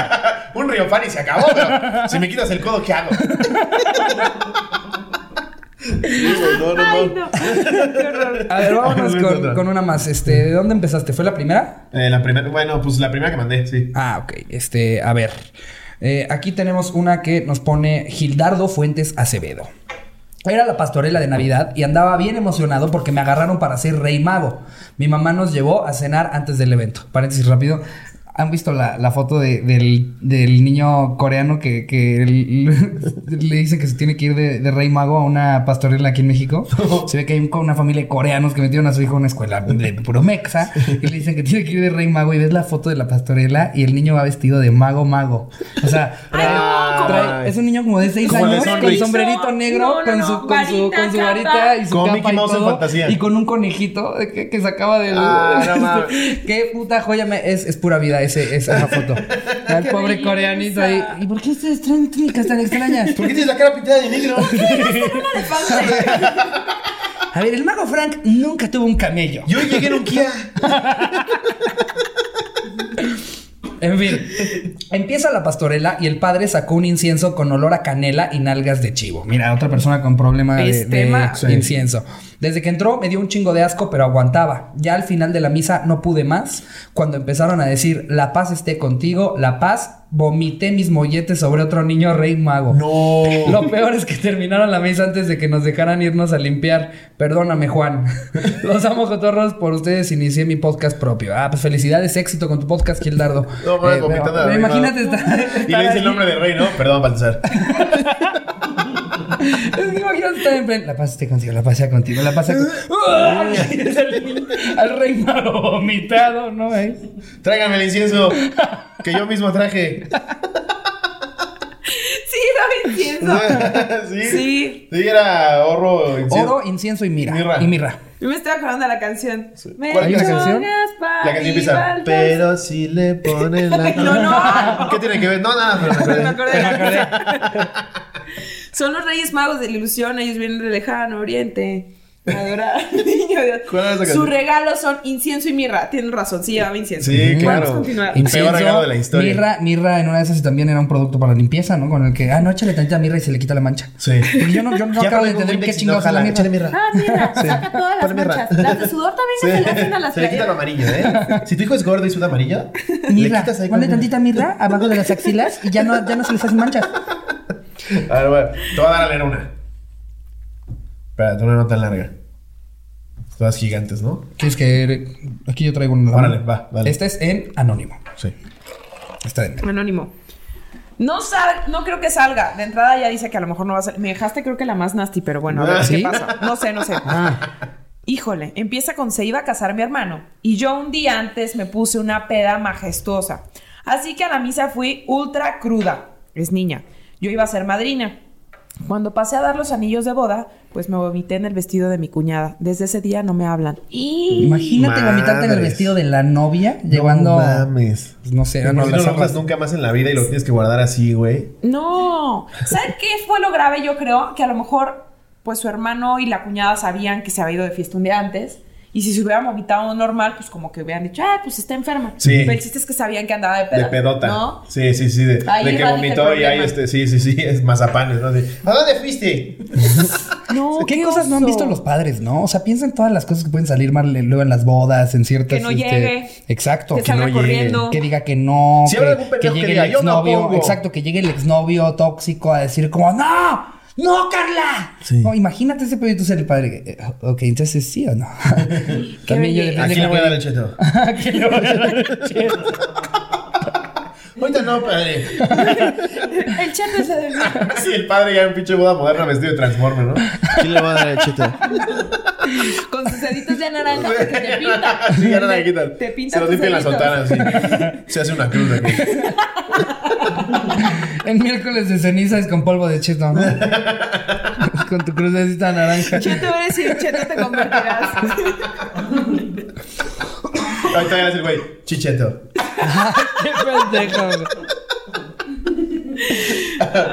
S3: Un río pan y se acabó, pero si me quitas el codo, ¿qué hago?
S2: Ay, no. Qué horror.
S1: A ver, vámonos
S3: Ay, voy a
S1: con,
S3: encontrar.
S1: con una más. Este, ¿De dónde empezaste? ¿Fue la primera?
S3: Eh, la primera, bueno, pues la primera que mandé, sí.
S1: Ah, ok. Este, a ver. Eh, aquí tenemos una que nos pone Gildardo Fuentes Acevedo. Era la pastorela de Navidad y andaba bien emocionado porque me agarraron para ser rey mago. Mi mamá nos llevó a cenar antes del evento. Paréntesis rápido. ¿Han visto la, la foto de- del, del niño coreano que, que el- le dicen que se tiene que ir de, de rey mago a una pastorela aquí en México? Se ve que hay un- una familia de coreanos que metieron a su hijo a una escuela de puro mexa y le dicen que tiene que ir de rey mago y ves la foto de la pastorela y el niño va vestido de mago mago. O sea,
S2: Ay, no, como-
S1: Ah. trae- es un niño como de seis
S3: Como de
S1: años con
S3: Sonic.
S1: sombrerito negro,
S2: No, no,
S1: con,
S2: no.
S1: su, con, su,
S2: Varita,
S1: con su
S2: capa.
S1: varita y su
S3: Con
S1: capa
S3: Mickey
S1: y
S3: Mouse en
S1: todo,
S3: fantasía.
S1: Y con un conejito de que, que sacaba del. este,
S3: Ah, no mames.
S1: Qué puta joya me- es, es pura vida ese, esa foto. El
S2: Qué
S1: pobre
S2: belleza.
S1: coreanito ahí. ¿Y por qué ustedes traen túnicas tan extrañas?
S3: ¿Por qué tienes la cara pintada de negro?
S2: Elefante.
S1: A ver, el mago Frank nunca tuvo un camello.
S3: Yo llegué en un Kia.
S1: En fin, empieza la pastorela y el padre sacó un incienso con olor a canela y nalgas de chivo. Mira, otra persona con problema de-
S2: Es
S1: de,
S2: tema.
S1: incienso. Desde que entró me dio un chingo de asco, pero aguantaba. Ya al final de la misa no pude más. Cuando empezaron a decir, la paz esté contigo, la paz, vomité mis molletes sobre otro niño rey mago.
S3: No.
S1: Lo peor es que terminaron la misa antes de que nos dejaran irnos a limpiar. Perdóname, Juan. Los amo, cotorros. Por ustedes inicié mi podcast propio. Ah, pues felicidades, éxito con tu podcast, Gildardo.
S3: No, mames,
S1: me-
S3: vomitando de
S1: me-
S3: rey,
S1: Imagínate
S3: no.
S1: estar.
S3: Y le dice el nombre del rey, ¿no? Perdón, Baltasar.
S1: Es que imagínate estar en plan. La pasé contigo, la pasé contigo, la pasé contigo. Al rey mago vomitado, ¿no? eh?
S3: Tráigame el incienso que yo mismo traje.
S2: Sí, lo entiendo.
S3: sí.
S2: Sí.
S3: Sí, era horro incienso.
S1: Oro, incienso y mirra.
S3: Mirra.
S1: Y mirra.
S2: Yo me estoy acordando de la canción. Me
S3: ¿Cuál es la
S2: drogas
S1: canción?
S2: pa'
S3: La canción
S2: mi
S3: empieza.
S2: balcón.
S3: Pero si le ponen la.
S2: No, no.
S3: ¿Qué tiene que ver? No, nada, pero me acordé.
S2: Me acordé. Son los reyes magos de la ilusión, ellos vienen del lejano oriente. Adorar al niño Dios.
S3: ¿Cuál era esa canción?
S2: Sus regalos son incienso y mirra. Tienen razón, sí llevaba incienso.
S3: Sí,
S2: Podemos
S3: claro.
S2: continuar.
S3: El peor regalo de la historia.
S1: Mirra, mirra en una de esas también era un producto para limpieza, ¿no? Con el que, ah, no, échale tantita mirra y se le quita la mancha.
S3: Sí.
S1: Porque yo no, yo no
S3: Ya
S1: acabo de
S3: ponemos
S1: entender
S3: un
S1: qué
S3: mix,
S1: chingados
S3: no,
S1: es la
S3: jala,
S1: mirra.
S3: échale mirra.
S4: Ah, mira, saca todas las
S3: Ponle mirra.
S4: manchas. Las de sudor también
S3: Sí.
S4: se le hacen a las
S3: Se le quita lo
S4: playeras.
S3: amarillo, ¿eh? Si tu hijo es gordo y suda amarillo, le
S1: Mirra,
S3: quitas ahí
S1: ponle
S3: con-
S1: tantita mirra abajo de las axilas y ya no, ya no se les hacen manchas.
S3: A ver, bueno, te voy a dar a leer una. Espérate, una no tan larga. Todas gigantes, ¿no?
S1: ¿Quieres que aquí yo traigo una?
S3: Órale, va, dale.
S1: Esta es en anónimo.
S3: Sí.
S1: Está de
S2: Anónimo. No sal, no creo que salga. De entrada ya dice que a lo mejor no va a salir. Me dejaste creo que la más nasty, pero bueno, a ver
S1: ¿Sí?
S2: qué pasa. No sé, no sé.
S1: Ah,
S2: Híjole, empieza con se iba a casar mi hermano y yo un día antes me puse una peda majestuosa. Así que a la misa fui ultra cruda. es niña. Yo iba a ser madrina. Cuando pasé a dar los anillos de boda, pues me vomité en el vestido de mi cuñada. Desde ese día no me hablan. Y
S1: Imagínate vomitarte en el
S3: Madres.
S1: vestido de la novia llevando.
S3: No mames.
S1: pues, no sé,
S3: Por si
S1: no,
S3: no
S1: las
S3: lo
S1: armas.
S3: usas nunca más en la vida y lo tienes que guardar así, güey.
S2: No. ¿Saben qué fue lo grave? Yo creo que a lo mejor, pues su hermano y la cuñada sabían que se había ido de fiesta un día antes. Y si se hubieran vomitado normal, pues como que hubieran dicho, ah, pues está enferma.
S3: Sí.
S2: Pero el chiste es que sabían que andaba de, peda,
S3: De pedota.
S2: ¿No?
S3: Sí, sí, sí. De,
S2: Ahí
S3: de que
S2: radica el
S3: vomitó y hay
S2: problema.
S3: este. Sí, sí, sí. Es mazapanes, ¿no? De, ¿A dónde fuiste?
S2: No,
S1: ¿Qué, cosas no han
S2: oso.
S1: visto los padres, no? O sea, piensan todas las cosas que pueden salir mal eh, luego en las bodas, en ciertas.
S2: Que no
S1: este,
S2: llegue.
S1: Exacto.
S2: Que
S1: Que,
S2: salga
S3: no
S2: corriendo.
S1: que diga que no.
S3: Si habrá algún
S1: que,
S3: pendejo
S1: que
S3: que
S1: llegue
S3: diga,
S1: el
S3: "Yo no
S1: exnovio.
S3: pongo".
S1: exacto, que llegue el exnovio tóxico a decir como, ¡No! ¡No, Carla!
S3: Sí.
S1: No, imagínate ese proyecto ser el padre. que, eh, Ok, entonces sí o no. También yo
S2: belleza.
S1: depende
S3: Aquí le
S1: con
S3: voy a
S1: qué-
S3: dar el cheto.
S1: Aquí le voy a dar el cheto.
S3: Ahorita no, padre.
S2: El chat es de
S3: Sí, el padre ya en pinche boda moderna vestido de Transformer, ¿no? ¿Quién le va a dar el cheto?
S2: Con sus deditos de naranja porque te pinta.
S3: Sí, ya no la quitan.
S2: Te pinta
S3: Se lo
S2: tus
S3: limpian la
S2: deditos.
S3: sotana, sí. Se hace una cruz aquí.
S1: El miércoles de ceniza es con polvo de cheto, ¿no? con tu crucecita naranja.
S2: Cheto eres y en cheto te convertirás.
S3: Ahorita ya es el güey, chicheto.
S1: Qué pendejo.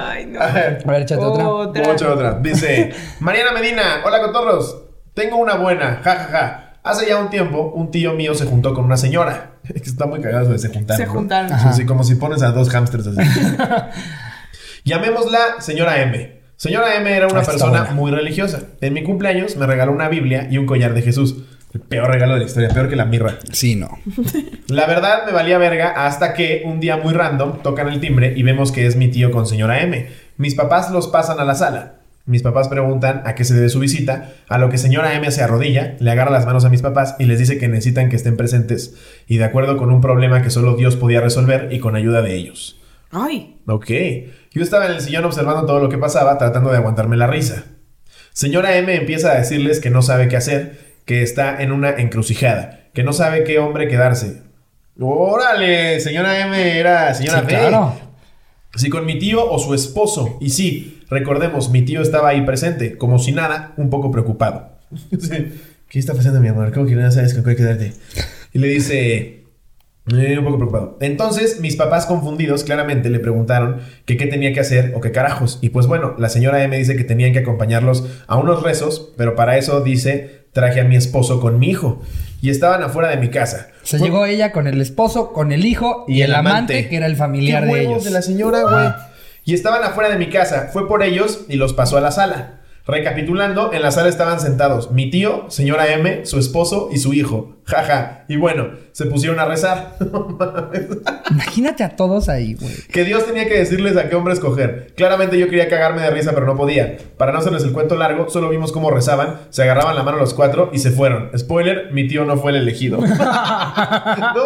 S2: Ay, no.
S3: A ver,
S1: A ver, échate otra.
S2: Otra.
S3: Otra, otra. Dice, Mariana Medina, hola cotorros. Tengo una buena, jajaja. Hace ya un tiempo, un tío mío se juntó con una señora. Es que Está muy cagado eso de se juntaron.
S2: Se
S3: ¿no?
S2: juntaron.
S3: Sí, sí, como si pones a dos hamsters así. Llamémosla señora M. Señora M era una
S1: Está
S3: persona
S1: buena.
S3: muy religiosa. En mi cumpleaños me regaló una Biblia y un collar de Jesús. El peor regalo de la historia, peor que la mirra.
S1: Sí, no.
S3: La verdad me valía verga hasta que un día muy random tocan el timbre y vemos que es mi tío con señora M. Mis papás los pasan a la sala. Mis papás preguntan a qué se debe su visita, a lo que señora M se arrodilla, le agarra las manos a mis papás y les dice que necesitan que estén presentes y de acuerdo con un problema que solo Dios podía resolver y con ayuda de ellos.
S2: Ay.
S3: Ok. Yo estaba en el sillón observando todo lo que pasaba, tratando de aguantarme la risa. Señora M empieza a decirles que no sabe qué hacer, que está en una encrucijada, que no sabe qué hombre quedarse. Órale, señora M era señora
S1: Sí,
S3: B.
S1: claro.
S3: Si con mi tío o su esposo. Y sí, recordemos, mi tío estaba ahí presente, como si nada, un poco preocupado. Sí. ¿Qué está pasando, mi amor? ¿Cómo que no sabes con cuál quedarte? Y le dice... Eh, un poco preocupado. Entonces, mis papás confundidos claramente le preguntaron que qué tenía que hacer o qué carajos. Y pues bueno, la señora M dice que tenían que acompañarlos a unos rezos, pero para eso dice, traje a mi esposo con mi hijo. Y estaban afuera de mi casa.
S1: Se
S3: Fue-
S1: llegó ella con el esposo, con el hijo y, el, amante, que era el familiar
S3: ¿Qué
S1: de
S3: huevos
S1: ellos. Ah.
S3: de la señora, güey. Y estaban afuera de mi casa. Fue por ellos y los pasó a la sala. Recapitulando, en la sala estaban sentados mi tío, señora M, su esposo y su hijo. Jaja. Y bueno, se pusieron a rezar.
S1: Imagínate a todos ahí, güey.
S3: Que Dios tenía que decirles a qué hombre escoger. Claramente yo quería cagarme de risa, pero no podía. Para no hacerles el cuento largo, solo vimos cómo rezaban, se agarraban la mano los cuatro y se fueron. Spoiler, mi tío no fue el elegido. no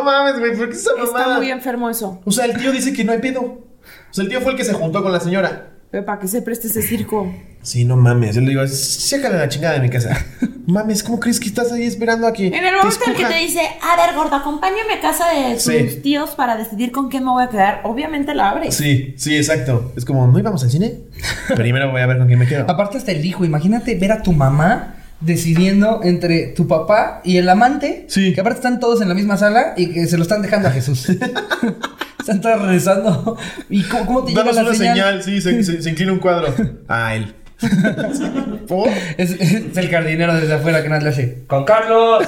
S3: mames, güey, ¿por qué esa
S2: Está
S3: mamada?
S2: muy enfermo eso.
S3: O sea, el tío dice que no hay pedo. O sea, el tío fue el que se juntó con la señora.
S2: Pero para que se preste ese circo.
S3: Sí, no mames. Yo le digo, sácale la chingada de mi casa. mames, ¿cómo crees que estás ahí esperando aquí?
S2: En el momento en el que
S4: Que te dice, a ver, gordo, acompáñame a casa de tus
S3: Sí.
S4: tíos para decidir con quién me voy a quedar.
S2: Obviamente la abre.
S3: Sí, sí, exacto. Es como, ¿no íbamos al cine? Primero voy a ver con quién me quedo.
S1: Aparte hasta el hijo, imagínate ver a tu mamá decidiendo entre tu papá y el amante.
S3: Sí.
S1: Que aparte están todos en la misma sala y que se lo están dejando a Jesús. están todos rezando. ¿Y cómo, cómo te llega
S3: Danos
S1: la
S3: una
S1: señal?
S3: señal, sí, se, se- se inclina un cuadro. Ah, él. ¿Por?
S1: Es, es el jardinero desde afuera que nada le hace. ¡Con Carlos!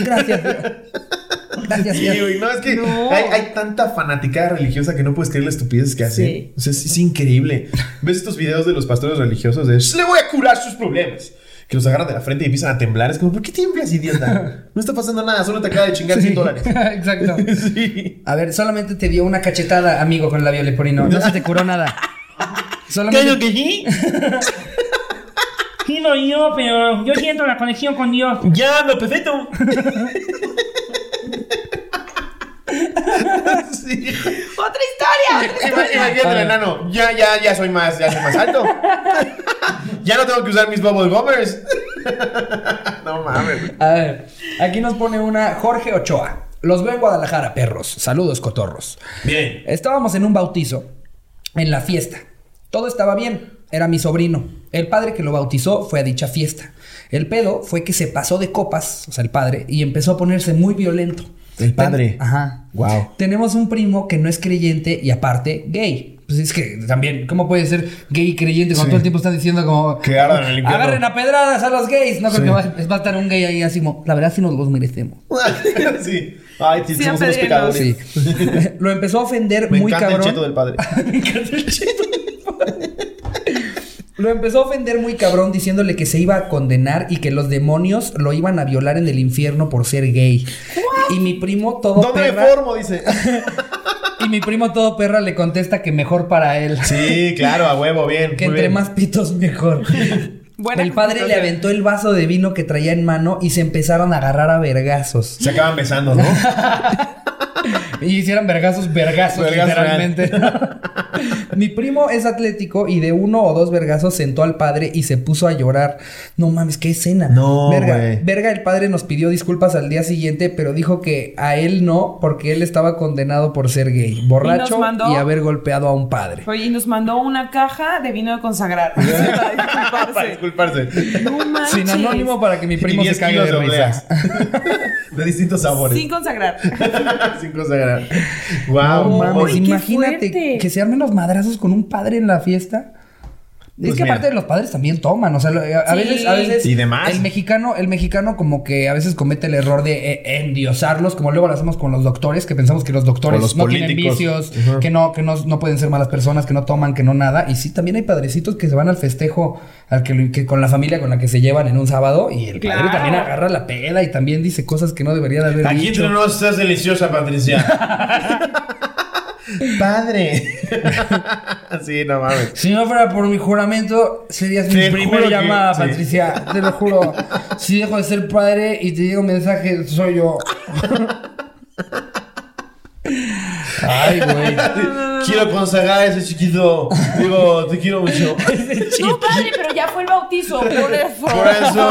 S1: Gracias. Dios. Gracias,
S3: Sí,
S1: Dios.
S3: güey, no, es que
S2: No.
S3: hay, hay tanta fanaticada religiosa que no puedes creer la estupidez que hacen.
S2: Sí.
S3: O sea, es, es increíble. ¿Ves estos videos de los pastores religiosos de le voy a curar sus problemas? Que los agarran de la frente y empiezan a temblar. Es como, ¿por qué tiemblas, idiota? No está pasando nada, solo te acaba de chingar 100 dólares.
S1: Exacto.
S3: Sí.
S1: A ver, solamente te dio una cachetada, amigo, con labio leporino. No se te curó nada. Solamente
S3: ¿Qué sí?
S5: Sí lo yo, pero yo siento la conexión con Dios.
S3: Ya, no, perfecto. sí.
S2: ¡Otra historia! ¡Otra
S3: Ima-
S2: historia!
S3: Imagínate el enano. Ya, ya, ya soy más, ya soy más alto. ya no tengo que usar mis bubble gummers. no mames.
S1: A ver, aquí nos pone una Jorge Ochoa. Los veo en Guadalajara, perros. Saludos, cotorros.
S3: Bien.
S1: Estábamos en un bautizo, en la fiesta. Todo estaba bien, era mi sobrino. El padre que lo bautizó fue a dicha fiesta. El pedo fue que se pasó de copas, o sea, el padre, y empezó a ponerse muy violento.
S3: El padre.
S1: Ten- Ajá.
S3: Wow.
S1: Tenemos un primo que no es creyente y aparte gay. Pues es que también, ¿cómo puede ser gay y creyente cuando
S3: Sí.
S1: todo el tiempo están diciendo como...
S3: Que ardan en el infierno.
S1: Agarren a pedradas a los gays. No creo
S3: Sí.
S1: que va, va a estar un gay ahí así como... La verdad sí nos los merecemos.
S3: sí. Ay, sí,
S2: Sí,
S3: somos unos
S2: apedrenos.
S3: pecadores.
S1: Sí. Lo empezó a ofender
S3: Me
S1: muy
S3: encanta
S1: cabrón.
S3: el cheto del padre.
S1: Lo empezó a ofender muy cabrón diciéndole que se iba a condenar y que los demonios lo iban a violar en el infierno por ser gay. Y mi primo todo
S3: ¿Dónde
S1: perra,
S3: me formo? Dice.
S1: y mi primo todo perra le contesta que mejor para él,
S3: Sí, claro, a huevo, bien.
S1: que
S3: muy
S1: entre
S3: bien.
S1: más pitos mejor.
S2: Buena
S1: el padre le
S2: justificación.
S1: aventó el vaso de vino que traía en mano y se empezaron a agarrar a vergazos.
S3: Se acaban besando, ¿no?
S1: Y hicieron vergazos, vergazos,
S3: Vergazos,
S1: literalmente. Mi primo es atlético y de uno o dos vergazos sentó al padre y se puso a llorar. No mames, qué escena.
S3: No,
S1: verga,
S3: güey.
S1: verga, el padre nos pidió disculpas al día siguiente, pero dijo que a él no, porque él estaba condenado por ser gay, borracho
S2: mandó-
S1: y, haber golpeado a un padre.
S2: Oye, y nos mandó una caja de vino de consagrar. Para
S3: Para
S2: disculparse.
S3: disculparse.
S2: No manches.
S1: Sin anónimo para que mi primo
S3: Y
S1: se
S3: 10
S1: cague
S3: kilos
S1: de risa.
S3: obleas. De distintos sabores.
S2: Sin consagrar.
S3: Sin consagrar. Wow,
S1: No mames,
S2: Uy, qué
S1: imagínate
S2: fuerte.
S1: que se armen los madrazos con un padre en la fiesta.
S3: Pues
S1: es que
S3: mira.
S1: aparte los padres también toman, o sea, lo- a, a
S2: Sí.
S1: veces, a veces
S3: Y demás.
S1: el mexicano, el mexicano como que a veces comete el error de eh, endiosarlos, como luego lo hacemos con los doctores, que pensamos que los doctores
S3: O los
S1: no tienen
S3: políticos.
S1: vicios,
S3: Ujú.
S1: que no, que no, no pueden ser malas personas, que no toman, que no nada. Y sí, también hay padrecitos que se van al festejo al que, que con la familia con la que se llevan en un sábado, y el padre
S2: Claro.
S1: también agarra la peda y también dice cosas que no debería de haber
S3: Aquí
S1: dicho.
S3: entre nos estás deliciosa, Patricia. Padre. sí, no mames.
S1: Si no fuera por mi juramento, serías mi
S3: Te
S1: primera
S3: juro que-
S1: llamada,
S3: sí.
S1: Patricia. Te lo juro. Si dejo de ser padre y te digo mensaje, soy yo. Ay, güey.
S3: Quiero consagrar a ese chiquito. Digo, te quiero mucho.
S4: No, padre, pero ya fue el bautizo. Por eso.
S3: Por eso.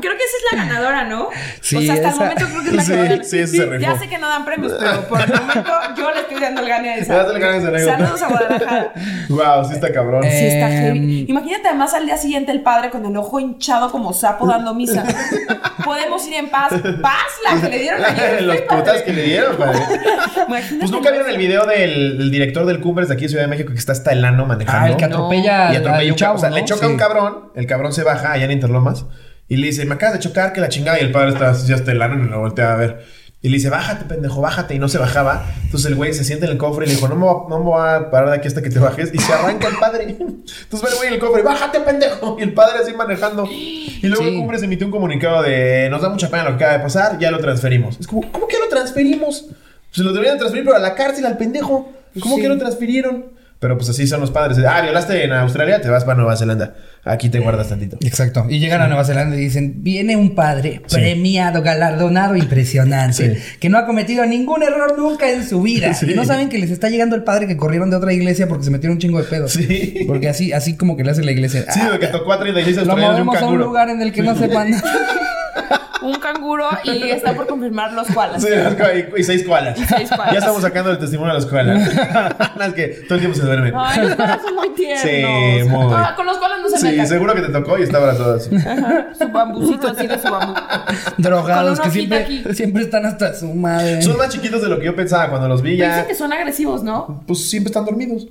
S2: Creo que esa es la ganadora, ¿no?
S1: Sí,
S2: o sea, hasta
S1: esa-
S2: el momento creo que es la
S3: Sí,
S2: ganadora.
S3: sí, esa se rifó.
S2: Ya sé que no dan premios, pero por el momento yo le estoy dando el gane a
S3: Le
S2: esa.
S3: das el gane a esa anécdota.
S2: Saludos a Guadalajara.
S3: Wow, sí está cabrón.
S1: Eh,
S2: Sí, está heavy.
S1: Em.
S2: Imagínate además al día siguiente el padre con el ojo hinchado como sapo dando misa. Podemos ir en paz. Paz la que le dieron ayer.
S3: Los
S2: Estoy
S3: putas
S2: padre.
S3: que le dieron, padre.
S2: Imagínate.
S3: Pues nunca vieron el video del, del director del Cumbres de aquí de Ciudad de México que está hasta el ano manejando.
S1: Ah, el que atropella al-
S3: y atropella
S1: al
S3: un chavo. O sea,
S1: ¿no?
S3: le choca a
S1: Sí.
S3: un cabrón, el cabrón se baja allá en Interlomas y le dice, me acabas de chocar, que la chingada. Y el padre está así hasta el ano y lo voltea a ver. Y le dice, bájate, pendejo, bájate. Y no se bajaba. Entonces el güey se sienta en el cofre y le dijo, no me, va- no me voy a parar de aquí hasta que te bajes. Y se arranca el padre. Entonces va el güey en el cofre, bájate, pendejo. Y el padre así manejando. Y luego
S1: Sí.
S3: el Cumbres emitió un comunicado de, nos da mucha pena lo que acaba de pasar, ya lo transferimos. Es como, ¿cómo que lo transferimos? Se lo deberían transferir, pero a la cárcel, al pendejo. ¿Cómo que lo transfirieron? Pero pues así son los padres. Ah, violaste en Australia, te vas para Nueva Zelanda. Aquí te guardas tantito.
S1: Exacto. Y llegan a Nueva Zelanda y dicen, viene un padre premiado, galardonado, impresionante,
S3: Sí.
S1: que no ha cometido ningún error nunca en su vida.
S3: Sí.
S1: Y no saben que les está llegando el padre que corrieron de otra iglesia porque se metieron un chingo de pedos.
S3: Sí.
S1: Porque así, así como que le hace la iglesia.
S3: Sí, de que tocó a 36
S1: Lo
S3: australianos de un
S1: movemos a un
S3: canguro.
S1: lugar en el que no sepan nada.
S2: Un canguro y está por confirmar los koalas.
S3: Sí, los co- y, y seis koalas.
S2: Seis koalas.
S3: Ya estamos sacando el testimonio de los koalas. Las que todo el tiempo se duermen.
S2: Ay, los koalas son muy tiernos.
S3: Sí, muy.
S2: Ah, con los koalas no se
S3: Sí,
S2: metan.
S3: seguro que te tocó y está abrazado así.
S2: Su bambucito así de su bambú.
S1: Drogados
S2: Con
S1: que
S2: una hojita
S1: siempre,
S2: aquí.
S1: siempre están hasta su madre.
S3: Son más chiquitos de lo que yo pensaba cuando los vi
S2: Pero
S3: ya.
S2: Dicen que son agresivos, ¿no?
S3: Pues siempre están dormidos.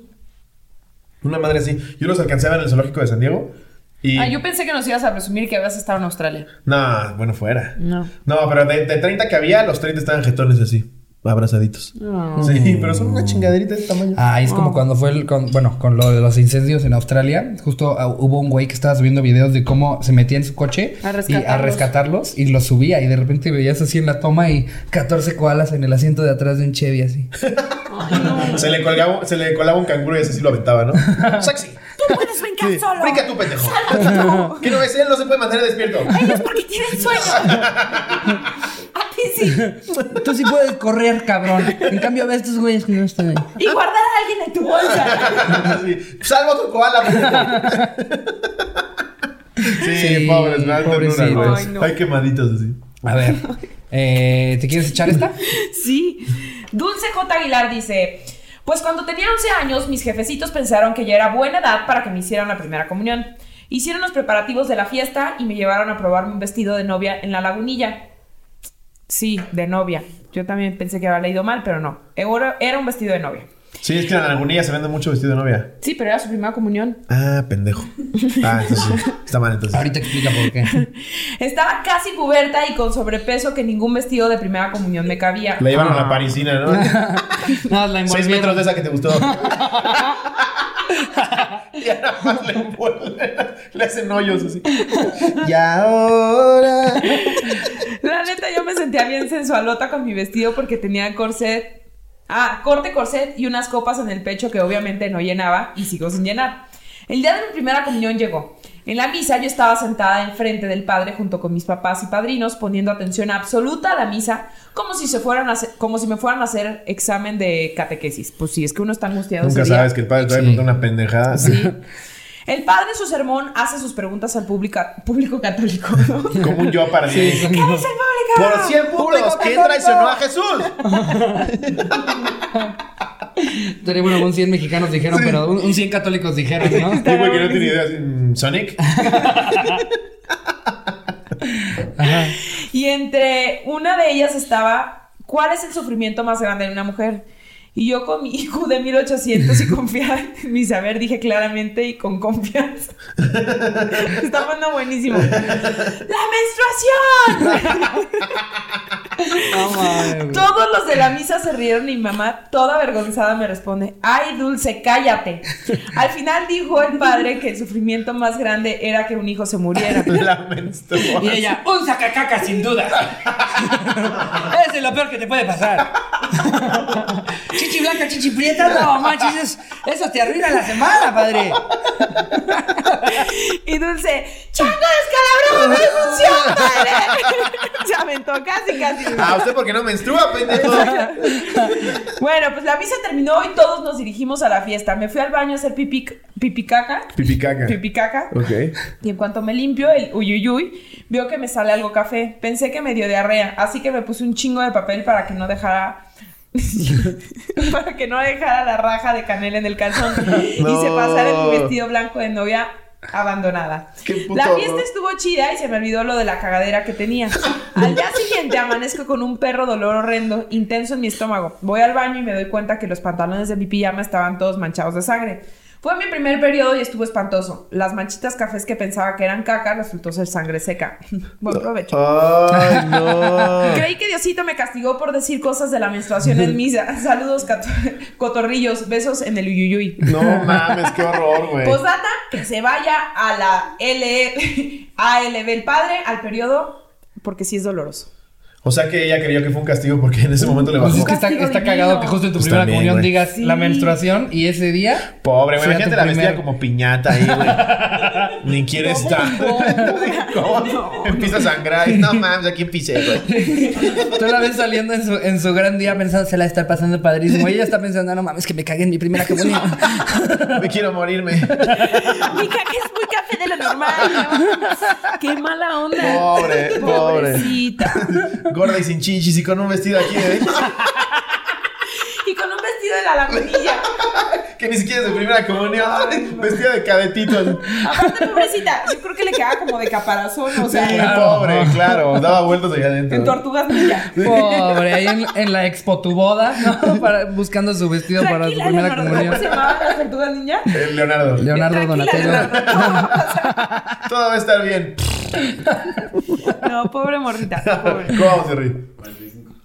S3: Una madre así. Yo los alcancé a ver en el zoológico de San Diego. Y...
S2: Ah, yo pensé que nos ibas a presumir que habías estado en Australia.
S3: No, bueno, fuera.
S2: No.
S3: No, pero de, de 30 que había, los 30 estaban jetones así, abrazaditos. Sí, pero son una chingaderita de este tamaño.
S1: Ah, es como cuando fue el, con- bueno, con lo de los incendios en Australia, justo ah, hubo un güey que estaba subiendo videos de cómo se metía en su coche
S2: A
S1: y a
S2: rescatarlos.
S1: rescatarlos y los subía y de repente veías así en la toma y 14 koalas en el asiento de atrás de un Chevy así.
S3: Se le, colgaba, se le colaba un canguro y ese sí lo aventaba, ¿no? ¡Sexy!
S4: Tú puedes brincar
S3: Sí.
S4: solo.
S3: ¡Brinca tú, pendejo! que no ves, él no se puede mantener despierto.
S4: Ellos porque tienen sueño. A ti sí.
S1: Tú sí puedes correr, cabrón. En cambio, ve a estos güeyes que no están ahí.
S4: Y guardar a alguien en tu bolsa.
S3: Sí. ¡Salvo a tu koala, pendejo! Sí,
S1: Sí,
S3: pobres, me da ternura, güey.
S1: pobrecitos.
S2: Ay, no.
S3: Hay quemaditos así.
S1: A ver. Eh, ¿Te quieres echar esta?
S2: Sí. Dulce J. Aguilar dice: Pues cuando tenía 11 años, mis jefecitos pensaron que ya era buena edad para que me hicieran la primera comunión. Hicieron los preparativos de la fiesta y me llevaron a probarme un vestido de novia en la lagunilla. Sí, de novia. Yo también pensé que había leído mal, pero no. Era era un vestido de novia.
S3: Sí, es que en la lagunilla se vende mucho vestido de novia.
S2: Sí, pero era su primera comunión.
S3: Ah, pendejo. Ah, entonces sí. Está mal entonces.
S1: Ahorita explica por qué.
S2: Estaba casi cubierta y con sobrepeso que ningún vestido de primera comunión me cabía.
S3: La llevan a
S1: Ah.
S3: la parisina, ¿no?
S1: No, la
S3: Seis
S1: envolvieron.
S3: metros de esa que te gustó. y ahora más le envuelven. Le hacen hoyos así. Y ahora.
S2: La neta, yo me sentía bien sensualota con mi vestido porque tenía corset. Ah, corte corset y unas copas en el pecho que obviamente no llenaba y sigo sin llenar. El día de mi primera comunión llegó. En la misa yo estaba sentada enfrente del padre junto con mis papás y padrinos poniendo atención absoluta a la misa como si se fueran a hacer- como si me fueran a hacer examen de catequesis. Pues sí, es que uno está angustiado.
S3: Nunca
S2: ese día.
S3: sabes que el padre te va a
S1: Sí.
S3: preguntar una pendejada.
S2: Sí. El padre en su sermón hace sus preguntas al pública- público católico. ¿no?
S3: Como un yo para mí.
S2: ¿Qué dice el público?
S3: Por 100 puntos,
S2: Público
S3: ¿quién
S2: católico.
S3: traicionó a Jesús?
S1: Tenía, bueno, un 100 mexicanos dijeron, pero un, un 100 católicos dijeron, ¿no?
S3: Digo que no tiene idea. así, mm, ¿Sonic?
S2: Y entre una de ellas estaba, ¿cuál es el sufrimiento más grande de una mujer? Y yo con mi hijo de 1800 y confiada en mi saber, dije claramente y con confianza. Está poniendo buenísimo. ¡La menstruación!
S1: No mames, güey.
S2: Todos los de la misa se rieron y mi mamá, toda avergonzada, me responde, ay, Dulce, cállate. Al final dijo el padre que el sufrimiento más grande era que un hijo se muriera.
S3: La menstruación.
S5: Y ella, un sacacaca sin duda. Ese es lo peor que te puede pasar.
S1: Chichi blanca, chichi prieta, no manches, eso, eso te arruina la semana, padre.
S2: Y Dulce, ¡Chango descalabrado, no hay función, padre! Se aventó casi, casi.
S3: Ah, ¿usted por qué no menstrua, pendejo?
S2: Bueno, pues la misa terminó y todos nos dirigimos a la fiesta. Me fui al baño a hacer pipi, pipicaca.
S3: Pipicaca.
S2: Pipicaca.
S3: Ok.
S2: Y en cuanto me limpio el uyuyuy, veo que me sale algo café. Pensé que me dio diarrea, así que me puse un chingo de papel para que no dejara. para que no dejara la raja de canela en el calzón y se
S3: No.
S2: pasara en mi vestido blanco de novia abandonada.
S3: Qué puto
S2: la fiesta
S3: horror.
S2: estuvo chida y se me olvidó lo de la cagadera que tenía. Al día siguiente amanezco con un perro dolor horrendo, intenso en mi estómago. Voy al baño y me doy cuenta que los pantalones de mi pijama estaban todos manchados de sangre. Fue mi primer periodo y estuvo espantoso. Las manchitas cafés que pensaba que eran caca resultó ser sangre seca. Buen provecho.
S3: Ay, no.
S2: Creí que Diosito me castigó por decir cosas de la menstruación en misa. Saludos, cato- cotorrillos. Besos en el uyuyuy.
S3: No mames, qué horror, güey.
S2: Posdata, que se vaya a la L ALB el padre al periodo porque sí es doloroso.
S3: O sea que ella creyó que fue un castigo porque en ese momento le
S1: Pues
S3: bajó.
S1: es que está,
S2: castigo
S1: está
S2: divino.
S1: cagado que justo en tu
S3: Pues
S1: primera
S3: también,
S1: comunión
S3: güey.
S1: digas la menstruación y ese día.
S3: Pobre, güey.
S1: sea
S3: Imagínate
S1: tu
S3: la vestida
S1: primer-
S3: como piñata ahí, güey. Ni quiere estar. ¿Cómo? Empieza a sangrar. y, No mames, aquí pisé, güey.
S1: Tú la ves saliendo en su, en su gran día pensando, se la está pasando padrísimo. Y ella está pensando, no mames, que me cagué en mi primera comunión.
S3: Me quiero morirme.
S2: Mi caca es muy café de lo normal. ¿no? Qué mala onda.
S3: Pobre, pobre.
S2: Pobrecita.
S3: Gorda y sin chichis y con un vestido aquí, ¿eh?
S2: Y con un vestido de la lagunilla.
S3: Que ni siquiera es de primera comunión. Vestida de cadetito.
S2: Aparte, pobrecita, yo creo que le quedaba como de caparazón, o
S3: Sí,
S2: sea,
S3: pobre, claro. Daba vueltas allá adentro.
S2: en tortugas ninja.
S1: Pobre, ahí en, en la expo tu boda, ¿no? Para- buscando su vestido para su
S2: Tranquila,
S1: primera
S2: Leonardo, ¿cómo
S1: comunión.
S2: se llamaban las tortugas ninja?
S3: Eh, Leonardo.
S1: Leonardo
S2: Tranquila,
S1: Donatello.
S2: Leonardo.
S3: Todo va a estar bien.
S2: No, pobre morrita, pobre.
S3: ¿Cómo vamos, Jerry?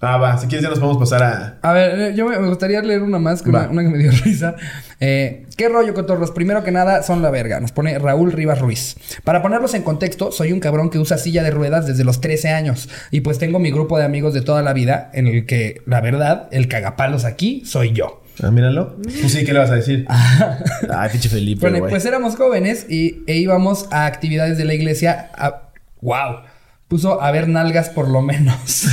S3: Ah, va. Si quieres ya nos podemos pasar a...
S1: A ver, eh, yo me me gustaría leer una más, que una, una que me dio risa. Eh, ¿Qué rollo, cotorros? Primero que nada, son la verga. Nos pone Raúl Rivas Ruiz. Para ponerlos en contexto, soy un cabrón que usa silla de ruedas desde los 13 años. Y pues tengo mi grupo de amigos de toda la vida, en el que, la verdad, el cagapalos aquí soy yo.
S3: Ah, míralo. Pues sí, ¿qué le vas a decir? Ay, pinche Felipe,
S1: Bueno, pues éramos jóvenes y, e íbamos a actividades de la iglesia. A, ¡Wow! Puso a ver nalgas por lo menos.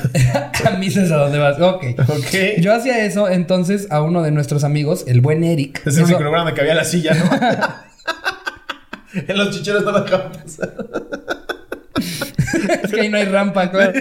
S1: a misas a donde vas. Ok.
S3: Ok.
S1: Yo hacía eso entonces a uno de nuestros amigos, el buen Eric.
S3: Es el
S1: hizo-
S3: único lugar donde cabía la silla, ¿no? en los chicheros no la dejaban pasar.
S1: es que ahí no hay rampa, claro.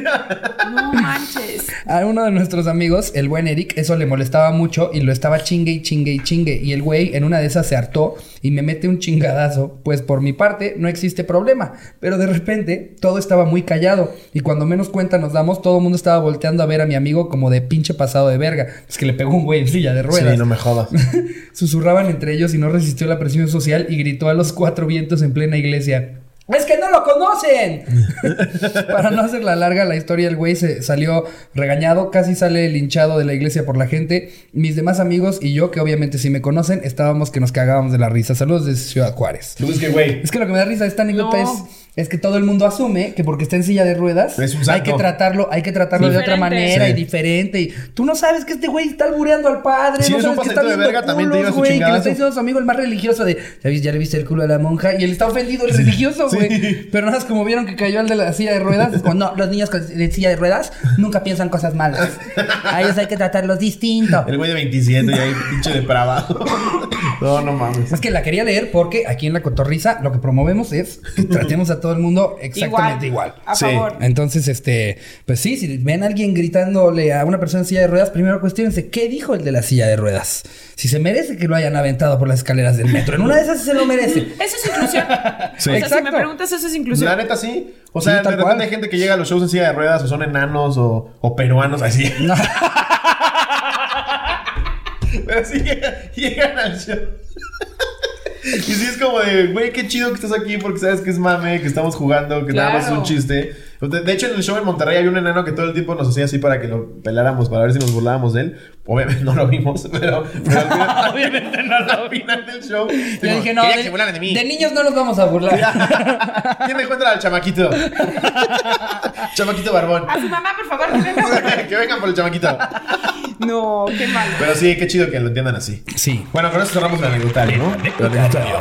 S2: No manches.
S1: A uno de nuestros amigos, el buen Eric, eso le molestaba mucho y lo estaba chingue y chingue y chingue. Y el güey en una de esas se hartó y me mete un chingadazo. Pues por mi parte no existe problema. Pero de repente todo estaba muy callado. Y cuando menos cuenta nos damos, todo el mundo estaba volteando a ver a mi amigo como de pinche pasado de verga. Es que le pegó un güey en silla de ruedas.
S3: Sí, no me jodas.
S1: Susurraban entre ellos y no resistió la presión social y gritó a los cuatro vientos en plena iglesia. Es que no lo conocen. Para no hacer la larga la historia, el güey se salió regañado, casi sale linchado de la iglesia por la gente. Mis demás amigos y yo, que obviamente sí me conocen, estábamos que nos cagábamos de la risa. Saludos desde Ciudad Juárez.
S3: Pues es que, güey.
S1: Es que lo que me da risa de esta anécdota
S2: No.
S1: es, es que todo el mundo asume que porque está en silla de ruedas
S3: Es un
S1: hay
S3: santo.
S1: que tratarlo, hay que tratarlo de otra
S2: Diferente.
S1: manera
S3: Sí.
S1: y diferente. Y tú no sabes que este güey está albureando al padre,
S3: Si
S1: no
S3: eres un
S1: sabes que
S3: pasadito
S1: está
S3: de verga, también te llevas tu
S1: güey, que le
S3: chingadazo.
S1: está diciendo a su amigo el más religioso de, ya, vis- ya le viste el culo a la monja y él está ofendido el religioso,
S3: Sí.
S1: güey. Pero nada más como vieron que cayó el de la silla de ruedas, es como, no, los niños con- de silla de ruedas nunca piensan cosas malas. A ellos hay que tratarlos distinto.
S3: El güey de 27 y ahí pinche depravado. No, no mames.
S1: Es que la quería leer porque aquí en La Cotorriza lo que promovemos es que tratemos a todo el mundo exactamente igual.
S2: A
S3: Sí.
S2: favor.
S1: Entonces, este, pues sí, si ven a alguien gritándole a una persona en silla de ruedas, primero cuestionense qué dijo el de la silla de ruedas. Si se merece que lo hayan aventado por las escaleras del metro. En una de esas sí se lo merece.
S2: Eso es inclusión.
S3: Sí.
S2: O sea, si me
S1: Exacto.
S2: preguntas, eso es inclusión.
S3: La neta sí. O sea,
S1: Sí, tal
S3: de repente
S1: cual.
S3: hay gente que llega a los shows en silla de ruedas o son enanos o, o peruanos así.
S1: No.
S3: Pero sí llega- llegan al show. Y sí es como de, güey, qué chido que estás aquí porque sabes que es mame, que estamos jugando, que nada más es
S2: Claro.
S3: un chiste. De, de hecho, en el show en Monterrey había un enano que todo el tiempo nos hacía así para que lo peláramos, para ver si nos burlábamos de él. Obviamente no lo vimos, pero, pero al final,
S5: Obviamente no lo
S3: al final del show.
S1: Yo
S3: digo,
S1: dije, no,
S3: quería
S1: de,
S3: que se burlaran de mí.
S1: de niños no nos vamos a burlar.
S3: ¿Quién me encuentra al chamaquito? chamaquito barbón.
S2: A su mamá, por favor, que venga.
S3: que vengan por el chamaquito.
S2: No, qué malo.
S3: Pero sí, qué chido que lo entiendan así.
S1: Sí.
S3: Bueno, con eso cerramos el anecdotario, ¿no? El anecdotario.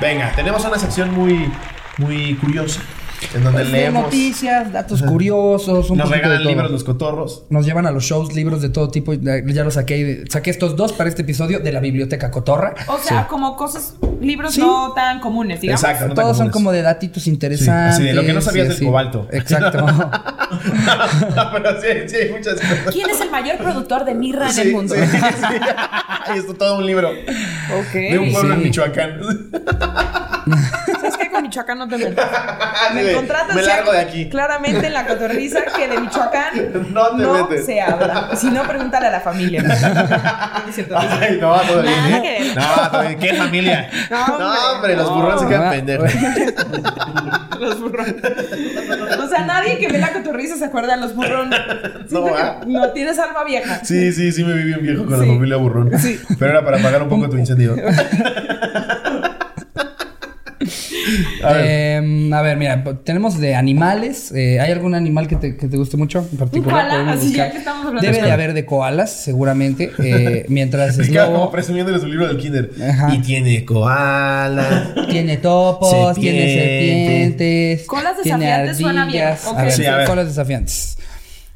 S3: Venga, tenemos una sección muy, muy curiosa. En donde
S1: Pues, de
S3: leemos.
S1: noticias, datos curiosos, un poquito
S3: Nos
S1: de
S3: regalan
S1: todo.
S3: libros los cotorros.
S1: Nos llevan a los shows, libros de todo tipo. Ya ya los saqué. Saqué estos dos para este episodio de la biblioteca cotorra.
S2: O sea, como cosas, libros
S1: Sí.
S2: no tan comunes, digamos.
S3: Exacto. no tan
S1: Todos son
S3: comunes.
S1: como de datitos interesantes.
S3: así de lo que no sabías
S1: y
S3: del
S1: así.
S3: cobalto.
S1: Exacto.
S3: No, Pero sí, sí, hay muchas cosas.
S2: ¿Quién es el mayor productor de mirra en
S3: Sí,
S2: el mundo?
S3: sí, sí. Ahí está todo un libro.
S2: Ok.
S3: De un pueblo
S1: Sí.
S3: en Michoacán.
S2: ¿Sabes qué? Con Michoacán no te metas.
S3: Así
S2: Me
S3: de,
S2: contratas.
S3: me
S2: o sea,
S3: largo de aquí.
S2: Claramente en la cotorriza que de Michoacán
S3: No te
S2: no
S3: metes.
S2: se habla. Si no, pregúntale a la familia. No es cierto.
S3: Ay, no, todo bien.
S2: Nada
S3: ¿eh?
S2: que ver.
S3: No, todo bien. ¿Qué familia?
S2: No, hombre,
S3: No, hombre, los
S2: no.
S3: burrones se quedan pendejos.
S2: Los burrones. O sea, nadie que ve la cotorriza se acuerda de los burrones. Siento
S3: ah.
S2: que no tienes alma vieja.
S3: Sí, sí, sí me viví un viejo con
S2: Sí.
S3: la familia burrón.
S2: Sí.
S3: Pero era para apagar un poco tu incendio. A ver.
S1: Eh, a ver, mira, tenemos de animales. Eh, ¿Hay algún animal que te, que te guste mucho en particular?
S2: koala,
S1: Podemos
S2: así ya
S1: buscar.
S2: que estamos hablando de
S1: Debe de
S2: koala.
S1: haber de koalas, seguramente. eh, mientras
S3: Me quedaba como
S1: Slobo
S3: presumiéndole su libro del kinder.
S1: Ajá.
S3: Y tiene koala.
S1: tiene topos, tiene
S3: Serpiente.
S1: serpientes.
S2: Colas
S1: tiene
S2: desafiantes suena bien,
S1: ardillas.
S2: ok.
S1: A ver,
S3: Sí, a ver.
S1: colas desafiantes.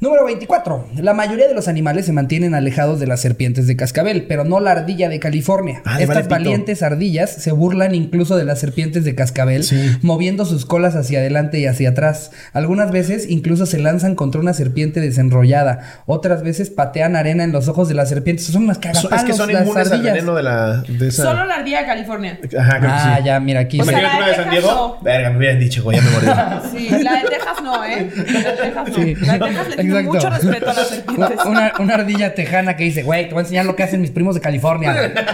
S1: Número 24. La mayoría de los animales se mantienen alejados de las serpientes de cascabel, pero no la ardilla de California.
S3: Ah, le vale
S1: Estas
S3: pito.
S1: valientes ardillas se burlan incluso de las serpientes de cascabel,
S3: Sí.
S1: moviendo sus colas hacia adelante y hacia atrás. Algunas veces incluso se lanzan contra una serpiente desenrollada. Otras veces patean arena en los ojos de las serpientes. Son unas
S3: So-
S1: cagapalos
S3: es que son
S1: las
S3: inmunes al
S1: ardillas.
S3: veneno de la. De esa...
S2: Solo la ardilla de California.
S3: Ajá, creo
S1: Ah,
S3: que sí.
S1: ya, mira aquí.
S2: O sea,
S3: Imagínate
S2: la
S3: una
S2: de
S3: de San
S2: Texas
S3: Diego.
S2: no.
S3: Verga, me hubieran dicho, güey, ya me morí.
S2: Sí, la de Texas no, ¿eh? La de Texas no.
S1: Sí.
S2: La de Texas le tiene
S1: Exacto.
S2: mucho respeto a las serpientes.
S1: Una, una ardilla tejana que dice, güey, te voy a enseñar lo que hacen mis primos de California. güey".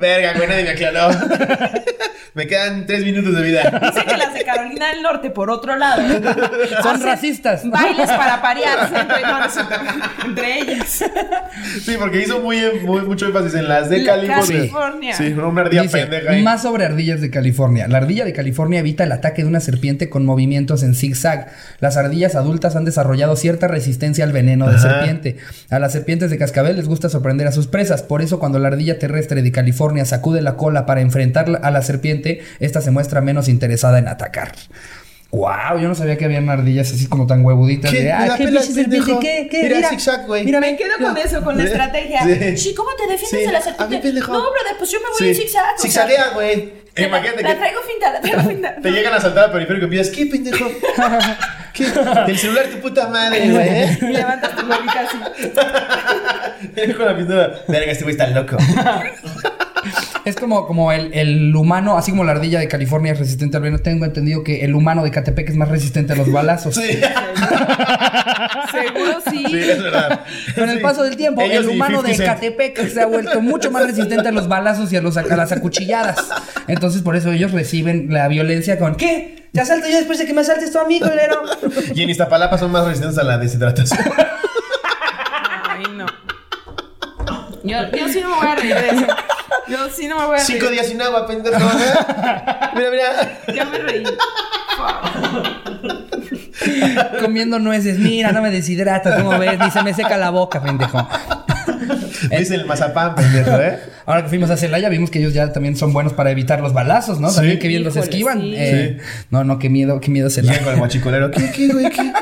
S3: Verga, güey, nadie me aclaró. me quedan tres minutos de vida.
S2: Dice que las de Carolina del Norte, por otro lado,
S1: Son
S2: hacen
S1: racistas.
S2: Bailes para parearse entre, no, no es cierto, entre ellas.
S3: Sí, porque hizo muy, muy- mucho énfasis en las de
S2: La
S3: California.
S2: California.
S3: Sí, una ardilla
S1: Dice,
S3: pendeja ahí.
S1: más sobre ardillas de California. La ardilla de California evita el ataque de una serpiente con movimientos en zigzag. Las ardillas adultas han desarrollado cierta resistencia al veneno de
S3: Ajá.
S1: serpiente. A las serpientes de cascabel les gusta sorprender a sus presas. Por eso, cuando la ardilla terrestre de California sacude la cola para enfrentar a la serpiente, esta se muestra menos interesada en atacar. Wow, yo no sabía que habían ardillas así como tan huevuditas.
S3: ¿Qué?
S1: De, ah,
S3: La
S1: qué
S3: pela,
S1: pinche serpiente,
S3: pendejo.
S1: qué, qué.
S3: Mira, zigzag, güey.
S1: Mira,
S2: Me quedo con eso, con la
S3: Sí.
S2: estrategia.
S3: Sí.
S4: Sí, ¿cómo te defiendes
S3: Sí.
S4: de la
S3: A
S4: serpiente?
S3: mí, pendejo.
S4: No, brother, pues yo me voy en zigzag. o sea,
S3: Zigzaguea, güey.
S4: la-
S3: Imagínate
S4: La
S3: que
S4: traigo finta, la traigo finta.
S3: te llegan a saltar al periférico y pides, ¿qué, pendejo? ¿Qué? El celular, tu puta madre, güey.
S2: Y levantas tu bolita así.
S3: ¿eh? Con la pistola. Verga, este güey está loco.
S1: Es como, como el, el humano, así como la ardilla de California es resistente al veneno. Tengo entendido que el humano de Catepec es más resistente a los balazos.
S3: Sí.
S2: Seguro sí.
S3: Sí, es verdad.
S1: Con el
S3: Sí.
S1: paso del tiempo,
S3: Ellos
S1: el
S3: y
S1: humano de
S3: 50 Cent.
S1: Catepec se ha vuelto mucho más resistente a los balazos y a, los, a las acuchilladas. Entonces, por eso ellos reciben la violencia con ¿qué? Te asalto yo después de que me asaltes tú a mí, culero.
S3: Y en Iztapalapa son más resistentes a la deshidratación.
S2: Ay, no. Yo, yo sí no me voy a reír de eso. Yo sí no me voy a reír.
S3: Cinco días sin agua, pendejo. ¿eh? Mira, mira.
S2: Ya me reí.
S1: Comiendo nueces, mira, no me deshidrata, ¿cómo ves? Ni se me seca la boca, pendejo.
S3: Es el mazapán, pendejo, ¿eh?
S1: Ahora que fuimos a Celaya, vimos que ellos ya también son buenos para evitar los balazos, ¿no?
S3: Sí.
S1: También que bien los
S2: Híjole,
S1: esquivan.
S2: sí.
S1: Eh, No, no, qué miedo, qué miedo
S3: Llega con el
S1: Celaya.
S3: guachicolero. ¿Qué, qué, güey, qué?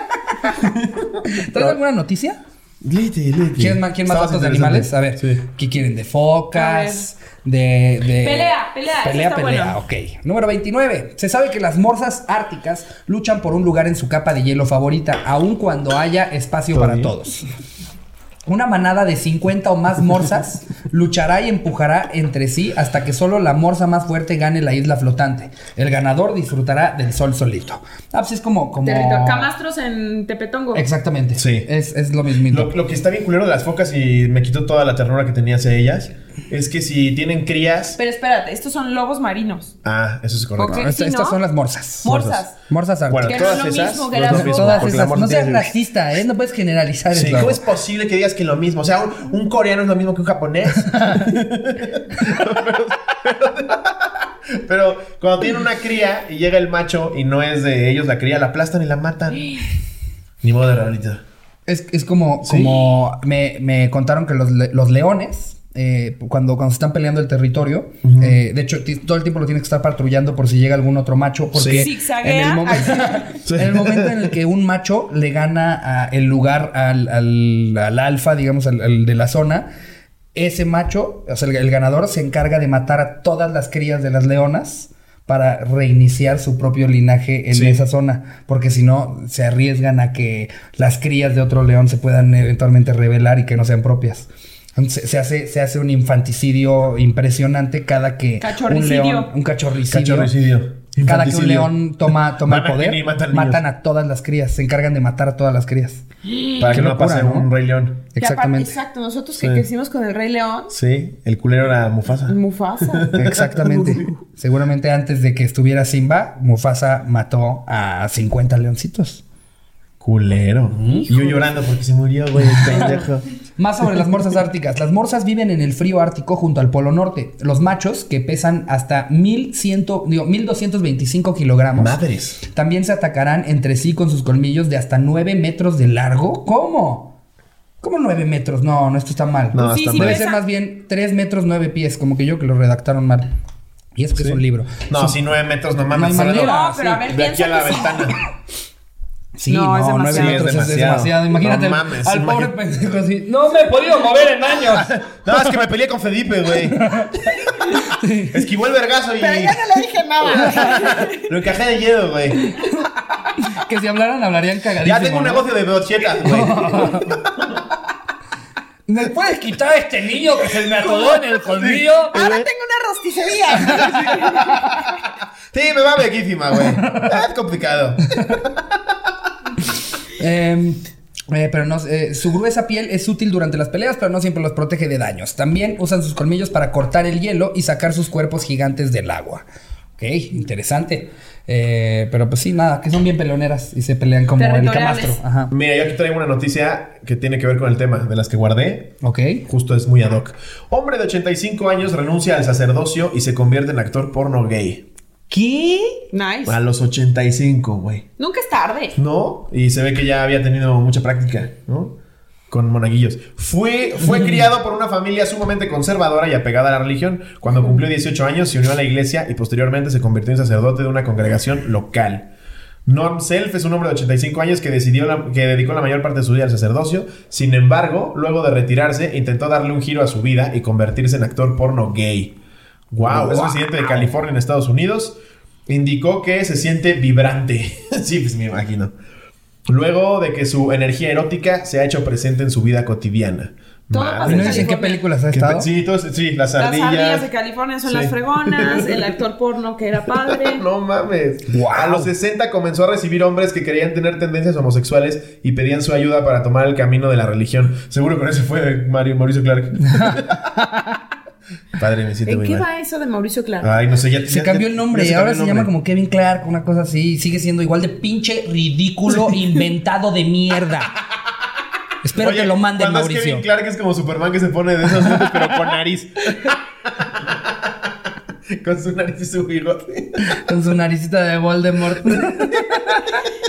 S1: ¿Traes alguna noticia?
S3: Léete, léete.
S1: ¿Quién más, quién más datos
S3: Estabas
S1: de
S3: interesante.
S1: animales? A ver,
S3: Sí.
S1: ¿qué quieren? ¿De focas? De, de-
S2: Pelea, pelea, eso
S1: Pelea,
S2: está
S1: pelea,
S2: bueno.
S1: ok. Número 29. Se sabe que las morsas árticas luchan por un lugar en su capa de hielo favorita, aun cuando haya espacio
S3: Todo
S1: para
S3: bien.
S1: todos. Una manada de 50 o más morsas luchará y empujará entre sí hasta que solo la morsa más fuerte gane la isla flotante. El ganador disfrutará del sol solito. Ah, pues es como... como...
S2: Territorio. Camastros en Tepetongo.
S1: Exactamente.
S3: Sí.
S1: Es, es lo mismito.
S3: Lo, lo que está bien culero de las focas y me quitó toda la ternura que tenía hacia ellas es que si tienen crías.
S2: Pero espérate, estos son lobos marinos.
S3: Ah, eso es correcto.
S2: Ok.
S1: No, esta-
S2: sí,
S1: Estas
S2: ¿no?
S1: son las morsas.
S2: Morsas.
S1: Morsas
S3: Bueno,
S1: árticas.
S2: Que
S3: todas
S2: no es lo
S3: esas.
S2: mismo que
S3: no es
S2: las
S3: lo mismo,
S1: Todas
S3: porque la
S1: esas.
S3: morsa
S1: No
S3: tiene
S1: seas
S3: virus.
S1: racista, ¿eh? No puedes generalizar.
S3: Sí,
S1: Eslavo.
S3: ¿Cómo es posible que digas que lo mismo? O sea, un, un coreano es lo mismo que un japonés. pero, pero- pero cuando tienen una cría y llega el macho y no es de ellos la cría, la aplastan y la matan. Ni modo de realidad.
S1: Es, es como,
S3: Sí.
S1: como me, me contaron que los, le- los leones, eh, cuando, cuando se están peleando el territorio, eh, de hecho, ti- todo el tiempo lo tienes que estar patrullando por si llega algún otro macho, porque
S2: Sí.
S1: en,
S2: Zigzaguea.
S1: el momento,
S3: Sí.
S1: en el momento en el que un macho le gana a- el lugar al, al- al alfa, digamos, al, al de la zona, ese macho, o sea, el, el ganador, se encarga de matar a todas las crías de las leonas. Para reiniciar su propio linaje en
S3: Sí.
S1: esa zona, porque si no se arriesgan a que las crías de otro león se puedan eventualmente revelar y que no sean propias. Entonces, se, se hace, se hace un infanticidio impresionante cada que un
S2: Cachorricidio.
S1: león, un cachorricidio,
S3: Cachorricidio.
S1: cada que un
S3: Infanticidio.
S1: león toma, toma el
S3: Van a
S1: poder,
S3: venir y matan niños.
S1: matan a todas las crías, se encargan de matar a todas las crías.
S3: Para
S1: Qué
S3: que no
S1: locura,
S3: pase
S1: ¿no?
S3: un rey león.
S2: Que aparte-
S1: Exactamente.
S2: Exacto, nosotros que
S3: Sí.
S2: crecimos con el Rey León,
S3: Sí, el culero era Mufasa.
S2: Mufasa.
S1: Exactamente. Seguramente antes de que estuviera Simba, Mufasa mató a 50 leoncitos.
S3: Culero. Y yo llorando porque se murió, güey, pendejo.
S1: Más sobre las morsas árticas. Las morsas viven en el frío ártico junto al Polo Norte. Los machos, que pesan hasta 1100, digo, 1225 kilogramos,
S3: Madres.
S1: también se atacarán entre sí con sus colmillos de hasta 9 metros de largo. ¿Cómo? ¿Cómo 9 metros? No, no, esto está mal.
S3: No,
S2: Sí,
S3: está
S2: sí,
S3: mal.
S1: Debe
S2: ves-
S1: ser más bien 3 metros 9 pies, como que yo que lo redactaron mal. Y es que es un libro.
S3: No,
S1: sí.
S3: si nueve metros, no mames.
S1: No hay
S3: está
S1: manera.
S2: No, pero a ver,
S3: De aquí
S2: piensa
S3: a la
S2: que sí.
S3: ventana.
S1: Sí,
S2: No,
S1: no,
S2: es
S1: nueve
S2: demasiado.
S1: metros
S3: Sí, es
S1: es
S3: demasiado.
S1: demasiado. Imagínate
S3: No
S1: al-
S3: mames,
S1: al pobre
S3: imagínate.
S1: pendejo así. No me he podido mover en años.
S3: No, es que me peleé con Felipe, güey. Esquivó el vergazo y.
S2: Pero ya no le dije nada.
S3: Lo encajé de hielo, güey.
S1: que si hablaran, hablarían cagadísimo.
S3: Ya tengo un
S1: ¿no?
S3: negocio de brochetas, güey.
S5: ¿Me puedes quitar a este niño que se me atodó en el colmillo?
S2: Ahora tengo una rosticería.
S3: Sí, me va bequísima, güey. Ah, Es complicado.
S1: Eh, eh, pero no, eh, su gruesa piel es útil durante las peleas, pero no siempre los protege de daños. También usan sus colmillos para cortar el hielo y sacar sus cuerpos gigantes del agua. Ok, interesante. Eh, pero pues sí, nada, que son bien peleoneras y se pelean como el
S2: Territoriales.
S1: camastro. Ajá.
S3: Mira, yo aquí traigo una noticia que tiene que ver con el tema de las que guardé.
S1: Ok.
S3: Justo es muy ad hoc. Hombre de 85 años renuncia al sacerdocio y se convierte en actor porno gay.
S1: ¿Qué?
S2: Nice.
S3: A los 85, güey.
S2: Nunca es tarde.
S3: ¿No? Y se ve que ya había tenido mucha práctica, ¿no? Con monaguillos. Fue, fue criado por una familia sumamente conservadora y apegada a la religión. Cuando cumplió 18 años se unió a la iglesia y posteriormente se convirtió en sacerdote de una congregación local. Norm Self es un hombre de 85 años que, decidió la- que dedicó la mayor parte de su vida al sacerdocio. Sin embargo, luego de retirarse, intentó darle un giro a su vida y convertirse en actor porno gay. Wow, es residente de California en Estados Unidos. Indicó que se siente vibrante. sí, pues me imagino. Luego de que su energía erótica se ha hecho presente en su vida cotidiana.
S2: Todo
S1: ¿Y
S3: Madre.
S1: no
S2: pasa
S1: dicen qué
S2: California.
S1: películas ha
S3: ¿Qué
S1: estado?
S3: pe- sí, todo es- sí, las
S2: Las
S3: ardillas.
S2: ardillas de California son
S3: Sí.
S2: las fregonas, el actor porno que era padre.
S3: No mames.
S1: Wow.
S3: A los 60 comenzó a recibir hombres que querían tener tendencias homosexuales y pedían su ayuda para tomar el camino de la religión. Seguro con eso fue Mario Mauricio Clark. Padre, me siento
S2: ¿En
S3: muy
S2: qué
S3: mal. Ah.
S2: va eso de Mauricio Clark?
S3: Ay, no sé, ya
S1: Se cambió el nombre y ahora se llama como Kevin Clark, una cosa así. y Sigue siendo igual de pinche ridículo inventado de mierda. Espero que lo mande
S3: manden
S1: Mauricio.
S3: Kevin Clark es como Superman que se pone de esos lentes, pero con nariz. con su nariz y su bigote.
S1: Con su naricita de Voldemort.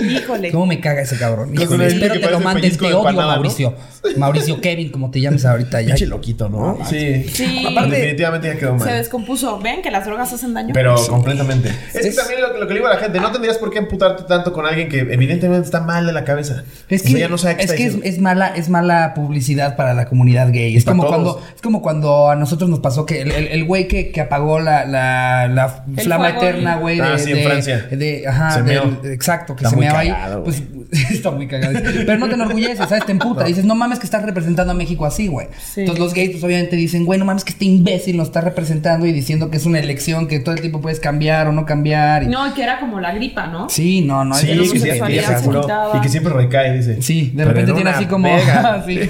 S2: Híjole.
S1: ¿Cómo me caga ese cabrón?
S3: Con su
S1: Híjole,
S3: nariz
S1: espero
S3: que
S1: que lo
S3: parece
S1: manden.
S3: pellizco
S1: Te
S3: de
S1: odio,
S3: empanada, ¿no?
S1: Mauricio. Mauricio Kevin, como te llames ahorita ya.
S3: Pinche loquito, ¿no? Sí.
S2: Sí,
S1: Aparte-
S3: Definitivamente ya quedó mal.
S2: se descompuso. ¿Ven que las drogas hacen daño?
S3: Pero completamente. Es,
S1: Es-
S3: que también lo, que- lo que le digo a la gente, no tendrías por qué amputarte tanto con alguien que evidentemente está mal de la cabeza.
S1: Es
S3: O sea,
S1: que,
S3: ya no sabe qué
S1: es,
S3: está
S1: que es,
S3: diciendo.
S1: es mala, es mala publicidad para la comunidad gay. Es
S3: para
S1: como,
S3: todos.
S1: cuando, es como cuando a nosotros nos pasó que el- el el güey que, que apagó la, la, la
S2: El
S1: flama
S2: fuego.
S1: eterna, güey.
S3: Ah,
S1: de-
S3: sí, en
S1: de-
S3: Francia.
S1: de- ajá,
S3: Se
S1: del-
S3: meó.
S1: exacto, que
S3: Está
S1: se
S3: muy
S1: meaba ahí.
S3: cagado,
S1: Pues, está muy cagado. Pero no te enorgullece, ¿sabes? Te emputa. Dices, no mames que estás representando a México así, güey.
S2: Sí.
S1: Entonces los gays, pues obviamente dicen, güey, no mames que este imbécil nos está representando y diciendo que es una elección, que todo el tiempo puedes cambiar o no cambiar. y-
S2: No, que era como la gripa, ¿no?
S1: Sí, no, no.
S3: Sí,
S1: es-
S3: que
S2: la
S1: es una
S3: sí,
S2: homosexualidad
S1: pendeja,
S3: que ya
S2: se
S1: güey.
S3: seguro.
S2: quitaba.
S3: Y que siempre recae, dice.
S1: Sí, de
S3: Pero
S1: repente
S3: en
S1: tiene
S3: una
S1: así como.
S3: pega.
S1: Sí.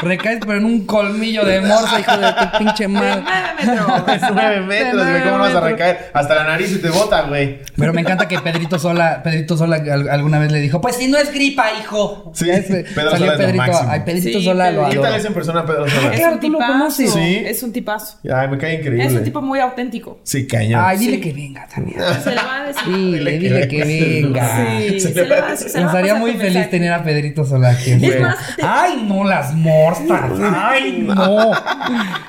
S1: Recaes, pero en un colmillo de morsa, hijo de tu pinche
S2: De
S1: madre.
S2: nueve metros.
S3: Es nueve metros, güey. ¿Cómo no vas a recaer? Hasta la nariz se te bota, güey.
S1: Pero me encanta que Pedrito Sola, Pedrito Sola al- alguna vez le dijo, pues si no es gripa, hijo.
S3: Sí,
S1: Ya ese-
S3: Pedro Sola es lo
S1: Pedrito,
S3: máximo.
S1: ay, Pedrito
S2: Sí,
S1: Sola lo
S2: Pedro.
S3: ¿Qué
S1: adoro.
S3: tal es en persona, Pedro Sola?
S2: Es
S1: Claro,
S2: un
S1: tú lo
S2: tipazo.
S1: conoces.
S3: Sí.
S2: Es un tipazo.
S3: Ay, me cae increíble.
S2: Es un tipo muy auténtico.
S3: Sí, cañón.
S1: Ay, dile
S2: Sí.
S1: que venga también.
S2: Se le va a decir.
S1: Sí,
S3: Dile
S1: dile,
S3: que
S1: que
S3: venga.
S1: venga.
S3: Se
S2: Sí, se,
S3: le
S2: le
S3: va
S2: va
S3: a
S2: a
S3: decir.
S2: se le va a
S1: Pensaría
S2: pasar
S1: muy
S2: tu
S1: feliz
S2: mensaje.
S1: tener a Pedrito Sola aquí. güey.
S2: más, te-
S1: Ay, no, las morsas. Ay, no.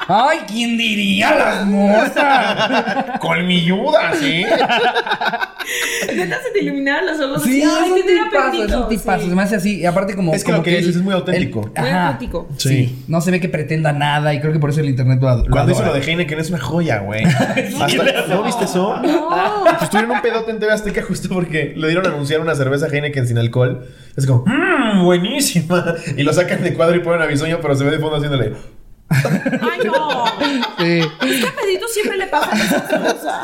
S1: Ay, ¿quién diría las morsas?
S3: Colmilluda, sí.
S2: Neta se te iluminaran los ojos.
S1: Sí,
S2: así, ay,
S1: es un
S2: qué
S1: tipazo, es un
S2: terapéutico,
S1: tipazo.
S2: sí.
S1: Se me hace así. Y aparte, como.
S3: Es que lo
S1: como
S3: que dices es muy auténtico.
S1: el-
S2: Muy
S1: ajá.
S2: auténtico.
S1: Sí.
S3: Sí.
S1: No se ve que pretenda nada y creo que por eso el internet lo, lo
S3: Cuando hizo
S1: adora.
S3: lo de Heineken es una joya, güey. Hasta- ¿No viste eso?
S2: No.
S3: Pues tuvieron un pedote en TV Azteca justo porque le dieron a anunciar una cerveza Heineken sin alcohol. Es como, mmm, buenísima. Y lo sacan de cuadro y ponen a Bisoño, pero se ve de fondo haciéndole. "Mm".
S2: Ay, no.
S1: Sí.
S2: Es que a Pedrito siempre le pasa esas cosas.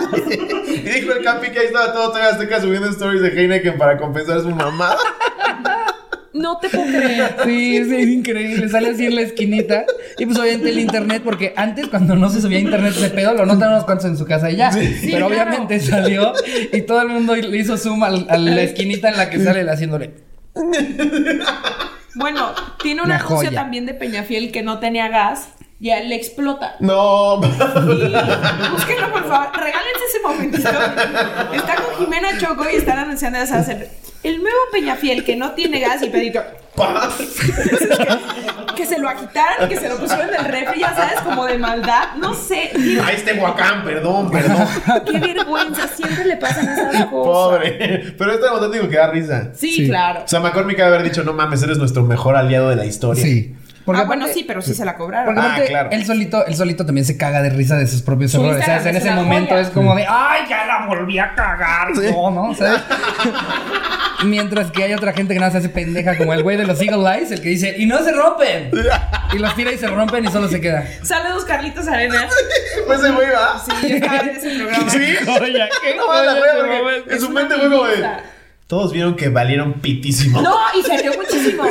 S3: Y dijo el Capi que ahí estaba todo TV Azteca subiendo stories de Heineken para compensar su mamada.
S2: No te puedo creer.
S1: Sí, es, es increíble. Sale así en la esquinita. Y pues obviamente el internet, porque antes cuando no se subía a internet ese pedo, lo notan unos cuantos en su casa y ya. Pero
S2: claro.
S1: obviamente salió y todo el mundo le hizo zoom al- a la esquinita en la que sale él haciéndole.
S2: Bueno, tiene un
S1: Una
S2: anuncio
S1: joya.
S2: también de Peñafiel que no tenía gas y a él le explota.
S3: No,
S2: Y búsquenlo, por favor. Regálense ese momentito. Está con Jimena Choco y están anunciando a hacer el nuevo Peñafiel que no tiene gas y Pedrito. Que se lo agitaran, que se lo pusieron en el refri, ya sabes, como de maldad. No sé. tío,
S3: a este Huacán, perdón, perdón.
S2: Qué vergüenza. Siempre le pasan esas cosas.
S3: Pobre. Pero esto es auténtico que da risa.
S2: Sí,
S1: Sí.
S2: claro.
S3: O sea, McCormick debe haber dicho, no mames, eres nuestro mejor aliado de la historia.
S1: Sí.
S2: ah, bueno,
S1: aparte-
S2: sí, pero sí se la
S1: Porque
S2: cobraron.
S3: Ah,
S1: aparte,
S3: claro.
S1: él solito, él solito también se caga de risa de sus propios
S2: Su
S1: errores.
S2: Instagram
S1: ¿sabes? En
S2: es
S1: ese
S2: una
S1: momento
S2: joya.
S1: es
S3: Mm.
S1: como de ¡ay, ya la volví a cagar! No, no, ¿sabes? Mientras que hay otra gente que nada más se hace pendeja, como el güey de los Eagle Eyes, el que dice, y no se rompen. Y los tira y se rompen y solo se queda.
S2: Saludos, Carlitos Arena.
S3: Pues se güey va.
S2: Sí, yo estaba en ese programa.
S3: Sí.
S1: Joya, qué
S3: No, la
S1: joya
S3: güey,
S1: de
S3: porque
S1: momento.
S3: en su
S2: una
S3: mente fue como de.
S2: mierda.
S3: Todos vieron que valieron pitísimo.
S2: No, y se rió muchísimo.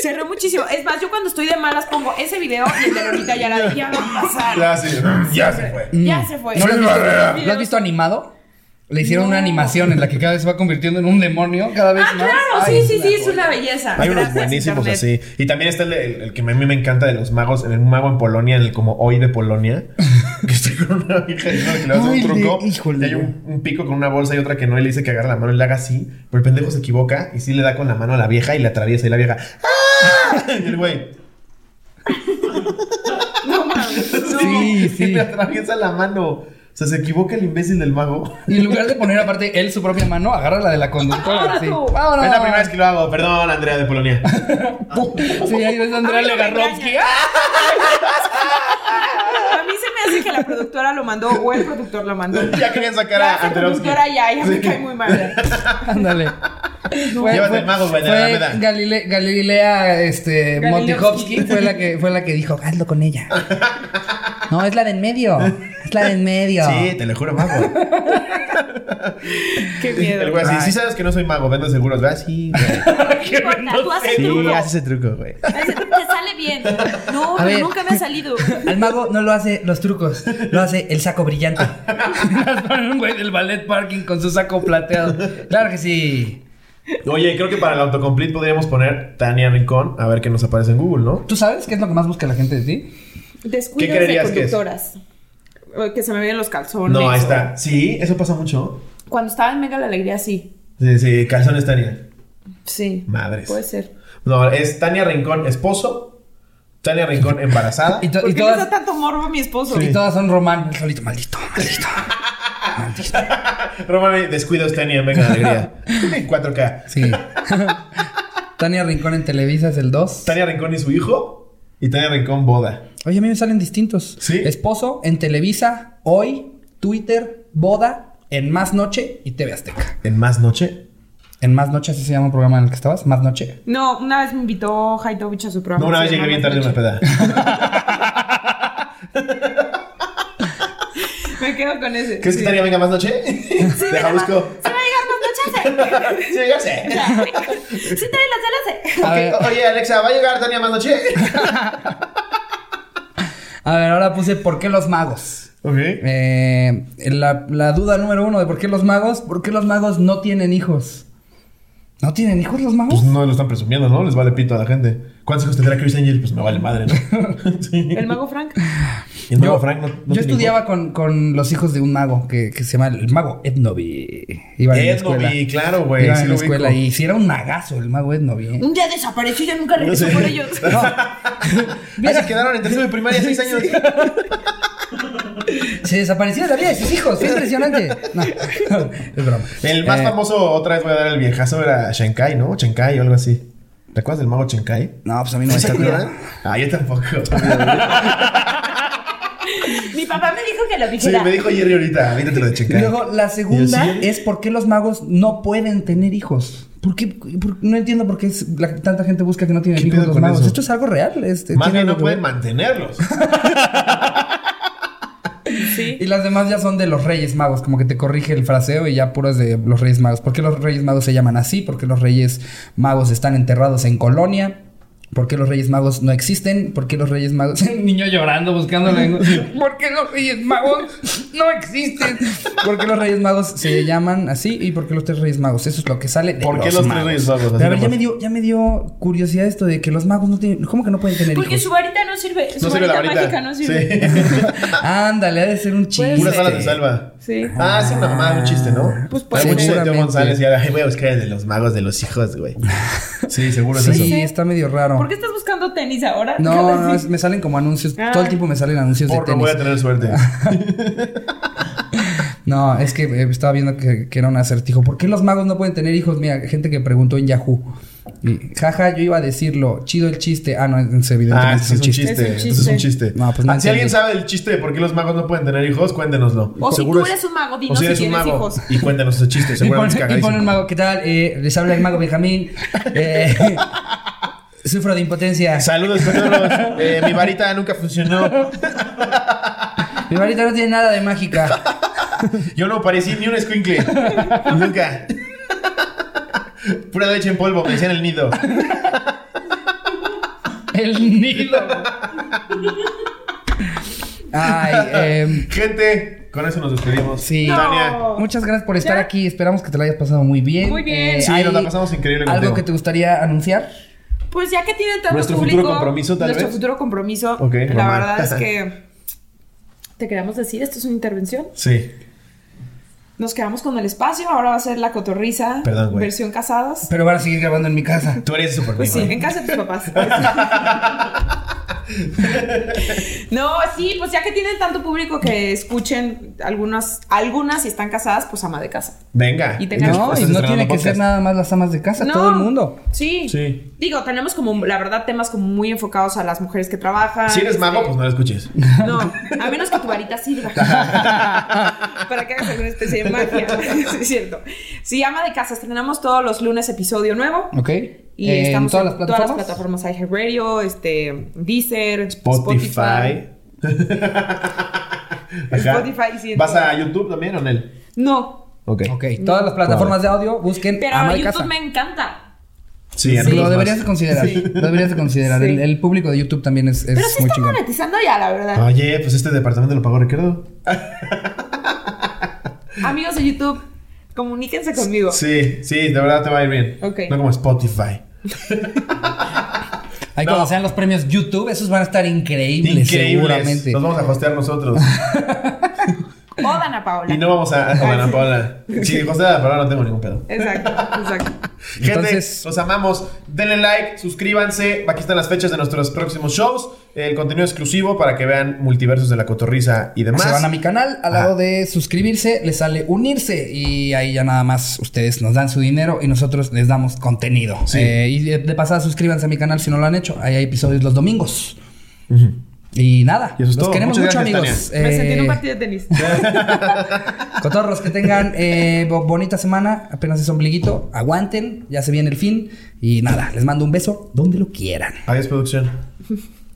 S2: Se rió muchísimo. Es más, yo cuando estoy de malas pongo ese video y el de Lolita ya la ya va a pasar.
S3: Ya, sí,
S2: Mm.
S3: ya se fue.
S2: Ya se fue.
S1: Mm. ¿No lo has
S3: Barrera.
S1: visto, ¿lo has visto
S2: Ah,
S1: animado? Le hicieron una animación en la que cada vez se va convirtiendo en un demonio, cada vez
S2: Ah,
S1: más.
S2: claro,
S1: Ay,
S2: sí, sí,
S1: la
S2: sí, es
S1: joya.
S2: una belleza.
S3: Hay unos
S2: Gracias,
S3: buenísimos
S2: Internet.
S3: así. Y también está el, de- el- el que a mí me encanta de los magos, el mago en Polonia, el como hoy de Polonia, que está con una vieja y que le hace
S1: Ay,
S3: un truco.
S1: de- híjole.
S3: Y hay un, un pico con una bolsa y otra que no, y le dice que agarre la mano y le haga así, pero el pendejo se equivoca y sí le da con la mano a la vieja y le atraviesa y la vieja. ¡Ah! Y el güey.
S2: No mames. no.
S1: Sí, sí.
S3: Le atraviesa la mano. sea, se equivoca el imbécil del mago.
S1: Y en lugar de poner aparte él su propia mano, agarra la de la conductora.
S2: Ah,
S1: así.
S2: no.
S1: Vámonos.
S3: Es la primera vez que lo hago. Perdón, Andrea de Polonia.
S1: Sí, ahí ves a Andrea
S2: A mí no me
S1: Legarovsky.
S2: engaña.
S1: ¡Ah!
S2: A mí se me hace que la productora lo mandó o el productor lo mandó.
S3: ya querían sacar a
S2: Gracias,
S3: Andrea.
S2: productora, ya, ya me cae muy mal.
S1: ¡Ah! Ándale. Fue-
S3: Llévate
S1: fue-
S3: el mago,
S1: fue
S3: Alameda.
S1: Galile- Galilea este,
S2: Galileo.
S1: Montihovsky fue la que fue la que dijo, hazlo con ella. No, es la de en medio. Es la de en medio.
S3: Sí, te lo juro, mago.
S2: Qué
S3: El
S2: miedo.
S3: güey así, sí sabes que no soy mago, vendo seguros, ¿verdad? Sí, güey.
S4: No importa, tú haces
S3: Sí,
S4: truco.
S3: haces ese truco, güey.
S4: Haces- Te sale bien. No,
S1: A ver. pues,
S4: nunca me ha salido.
S1: Al mago no lo hace los trucos, lo hace el saco brillante. un güey del ballet parking con su saco plateado. Claro que sí.
S3: Oye, creo que para el autocomplete podríamos poner Tania Rincón, a ver qué nos aparece en Google, ¿no?
S1: ¿Tú sabes qué es lo que más busca la gente de ti?
S2: Descuidos
S3: ¿Qué
S2: de
S3: creerías que es?
S2: conductoras. O Que se me vienen los calzones.
S3: No, ahí
S2: o-
S3: está. Sí, eso pasa mucho.
S2: Cuando estaba en Mega la Alegría, sí.
S3: Sí, sí, calzones Tania.
S2: Sí.
S3: Madres.
S2: Puede ser.
S3: No, es Tania Rincón esposo, Tania Rincón embarazada.
S1: Y, to-
S2: ¿Por
S1: y
S2: qué le
S1: todas,
S2: da tanto morbo a mi esposo?
S1: y todas son román. El solito, maldito, maldito. Maldito.
S3: Román, descuidos Tania, venga, alegría. En 4K.
S1: Sí. Tania Rincón en Televisa es el 2.
S3: Tania Rincón y su hijo, y Tania Rincón boda.
S1: Oye, a mí me salen distintos.
S3: Sí.
S1: Esposo en Televisa, hoy, Twitter, boda, en Más Noche y TV Azteca.
S3: En más noche.
S1: En Más Noche, así se llama el programa en el que estabas, Más Noche.
S2: No, una vez me invitó Haitovich a su programa.
S3: No, una vez
S2: Se
S3: llegué
S2: llama
S3: bien
S2: Las
S3: tarde a una
S2: Noches.
S3: peda.
S2: Me quedo con ese.
S3: ¿Crees que Tania venga más noche? Deja, busco.
S4: Se va a llegar más noche.
S3: Sí, yo sé.
S4: Sí, sí trae las alas.
S1: A ver,
S3: O- Oye, Alexa, ¿va a llegar Tania más noche?
S1: a ver, ahora puse ¿Por qué los magos?
S3: ok.
S1: Eh, la, la duda número uno de ¿Por qué los magos? ¿Por qué los magos no tienen hijos? ¿No tienen hijos los magos?
S3: Pues no lo están presumiendo, ¿no? Les vale pito a la gente. ¿Cuántos hijos tendrá Chris Angel? Pues me vale madre, ¿no? sí.
S2: El mago Frank.
S3: Y el mago
S1: yo,
S3: Frank no, no
S1: yo
S3: tiene
S1: estudiaba con, con los hijos de un mago que, que se llama el mago Ednovi. Iba en la
S3: Ednovi,
S1: escuela.
S3: claro, güey,
S1: Iba
S3: sí
S1: en la
S3: lo
S1: escuela
S3: ubico.
S1: y si era un magazo el mago Ednovi. ¿eh?
S4: Un día desapareció y ya nunca
S3: hijos.
S4: regresó
S3: No sé.
S4: por ellos.
S1: No.
S3: Ahí Ah, se quedaron en tercero de primaria seis años.
S1: Se desapareció de la vida de sus hijos. Fue impresionante. No, es broma.
S3: El más
S1: Eh,
S3: famoso, otra vez voy a dar el viejazo, era Shankai, ¿no? Shankai o algo así. ¿Te acuerdas del mago Shankai?
S1: No, pues a mí no me
S3: ¿Se
S1: está
S3: acuerdan? Ah, yo tampoco.
S4: Mi papá me dijo que lo
S3: Sí,
S4: dijera.
S3: me dijo Jerry ahorita, avítate lo de Shankai.
S1: Luego, la
S3: ¿Y
S1: segunda
S3: el siguiente?
S1: es por qué los magos no pueden tener hijos. ¿Por qué? por- no entiendo por qué es- la- tanta gente busca que no tienen
S3: ¿Qué
S1: hijos
S3: pedo
S1: los
S3: con
S1: magos.
S3: eso?
S1: Esto es algo real. Este,
S3: Más
S1: tiene
S3: bien
S1: algo
S3: no
S1: que
S3: pueden
S1: ver.
S3: mantenerlos.
S2: Sí.
S1: Y las demás ya son de los reyes magos, como que te corrige el fraseo y ya puras de los reyes magos. ¿Por qué los reyes magos se llaman así? ¿Por qué los reyes magos están enterrados en colonia? ¿Por qué los Reyes Magos no existen? ¿Por qué los Reyes Magos... Un niño llorando, buscando la lengua. ¿Por qué los Reyes Magos no existen? ¿Por qué los Reyes Magos se llaman así? ¿Y por qué los tres Reyes Magos? Eso es lo que sale de
S3: ¿Por qué los tres Reyes Magos? Así
S1: Pero a ver, ya
S3: nomás.
S1: me, dio, ya me dio curiosidad esto de que los magos no tienen... ¿Cómo que no pueden tener
S4: Porque
S1: hijos?
S4: su varita no sirve. Su
S3: No sirve
S4: varita,
S3: la
S4: mágica
S3: varita.
S4: no sirve.
S3: Sí.
S1: Ándale, ha de ser un chiste.
S3: Puras alas de salva.
S2: Sí.
S3: Este, Ah, es una mamá, un chiste, ¿no?
S2: Pues
S3: Hay
S2: puede
S3: muchos de Teo
S1: Seguramente.
S3: González y ahora "Ay, voy a buscar el de los magos de los hijos, güey. Sí, seguro es
S1: Sí,
S3: eso.
S1: está medio raro.
S2: ¿Por qué estás buscando tenis ahora?
S1: No, no, es-
S2: Sí.
S1: me salen como anuncios.
S2: Ah.
S1: Todo el tiempo me salen anuncios de
S3: Por no
S1: tenis. Ah,
S3: voy a tener suerte.
S1: No, es que eh, estaba viendo que, que era un acertijo. ¿Por qué los magos no pueden tener hijos? Mira, gente que preguntó en Yahoo. Y, jaja, yo iba a decirlo. Chido el chiste. Ah, no, es- evidentemente
S3: Ah,
S1: es
S3: sí,
S1: un chiste.
S2: Es un
S3: entonces Es un chiste.
S1: No, pues no
S3: Ah,
S1: entendí.
S3: si alguien sabe el chiste de por qué los magos no pueden tener hijos, cuéntenoslo.
S4: O si
S3: Seguro
S4: tú
S3: es-
S4: eres un mago,
S3: O
S4: dinos
S3: si
S4: si,
S3: eres un
S4: tienes
S3: mago
S4: hijos.
S3: y cuéntanos ese chiste,
S1: Y pone,
S3: seguramente es
S1: y pone el
S3: cagadísimo.
S1: mago, ¿qué tal? Eh, les habla el mago Benjamín. Eh, sufro de impotencia.
S3: Saludos, Pedro. Eh, mi varita nunca funcionó.
S1: Mi varita no tiene nada de mágica.
S3: Yo no parecí ni un escuincle. nunca. Pura leche en polvo, me decían el nido.
S1: El Nilo. Ay, eh,
S3: Gente, con eso nos despedimos.
S1: Sí. No.
S3: Tania.
S1: Muchas gracias por estar
S2: ¿Ya?
S1: aquí. Esperamos que te la hayas pasado muy bien. Eh,
S2: Muy bien.
S3: Sí, nos la pasamos increíble
S1: ¿Algo
S3: contigo.
S1: que te gustaría anunciar?
S2: Pues ya que tienen tanto
S3: Nuestro
S2: público.
S3: futuro compromiso, tal
S2: nuestro
S3: vez.
S2: futuro compromiso.
S3: Ok,
S2: la
S3: mamá.
S2: verdad es que. Te queríamos decir, esto es una intervención.
S3: Sí.
S2: Nos quedamos con el espacio. Ahora va a ser la cotorriza.
S3: Perdón, güey.
S2: versión Pues casadas.
S1: Pero van a seguir grabando en mi casa.
S3: Tú eres súper
S2: Pues sí,
S3: vivo, ¿eh?
S2: en casa de tus papás. No, sí, pues ya que tienen tanto público que escuchen algunas, algunas si están casadas, pues ama de casa.
S3: Venga.
S2: Y tengas-
S1: No,
S3: Estás
S1: y no
S3: estrenando
S1: tiene que
S3: podcast.
S1: ser nada más las amas de casa,
S2: No.
S1: todo el mundo.
S2: Sí.
S5: Sí.
S2: Digo, tenemos como, la verdad, temas como muy enfocados a las mujeres que
S1: Ah,
S2: trabajan.
S3: Si eres mago,
S2: este,
S3: pues no lo escuches.
S2: No, a menos que tu varita sirva. Para que hagas alguna especie de magia. Sí, es cierto. Sí, ama de casa. Estrenamos todos los lunes episodio nuevo.
S1: ¿Ok?
S2: Y
S1: Eh,
S2: estamos
S1: en todas las plataformas.
S2: Todas las plataformas iHeartRadio, este, Deezer,
S3: Spotify. Ajá.
S2: Spotify, sí,
S3: ¿Vas
S2: todo.
S3: a YouTube también o en él?
S2: No,
S3: Ok.
S1: Ok, todas las plataformas de audio busquen
S2: pero
S1: ama de
S2: YouTube
S1: casa.
S2: me encanta.
S3: Sí, en
S1: Sí,
S3: otros
S1: lo
S3: más.
S1: deberías de considerar. Lo deberías de considerar.
S2: Sí.
S1: El, el público de YouTube también es, es
S2: Pero sí
S1: muy
S2: está
S1: chingón.
S2: monetizando ya, la verdad.
S3: Oye, pues este departamento lo pagó Ricardo.
S1: Ah.
S2: Amigos de YouTube, comuníquense conmigo.
S3: Sí, sí, de verdad te va a ir bien.
S2: Ok.
S3: No como Spotify.
S1: Ahí
S3: No.
S1: cuando sean los premios YouTube, esos van a estar increíbles,
S3: Increíbles.
S1: seguramente.
S3: Nos vamos a hostear nosotros.
S2: O Dana Paola.
S3: Y no vamos
S1: Ah,
S3: a. a Ana Paula. Si hostear a Ana Paula no tengo ningún pedo.
S2: Exacto, exacto.
S3: Gente,
S1: Entonces-
S3: los amamos. Denle like, suscríbanse. Aquí están las fechas de nuestros próximos shows. El contenido exclusivo para que vean multiversos de la cotorriza y demás.
S1: Se van a mi canal, al lado
S3: Ajá.
S1: de suscribirse, les sale unirse y ahí ya nada más ustedes nos dan su dinero y nosotros les damos contenido.
S3: Sí.
S1: Eh, y de, de pasada suscríbanse a mi canal si no lo han hecho. Ahí hay episodios los domingos. Y nada,
S3: Y eso es
S1: los
S3: todo.
S1: queremos
S3: Muchas
S1: mucho
S3: gracias,
S1: amigos.
S2: Me sentí en un
S1: Eh,
S2: partido de tenis.
S1: Cotorros, que tengan eh, bo- bonita semana. Apenas es ombliguito. Aguanten, ya se viene el fin. Y nada, les mando un beso donde lo quieran.
S3: Adiós, producción.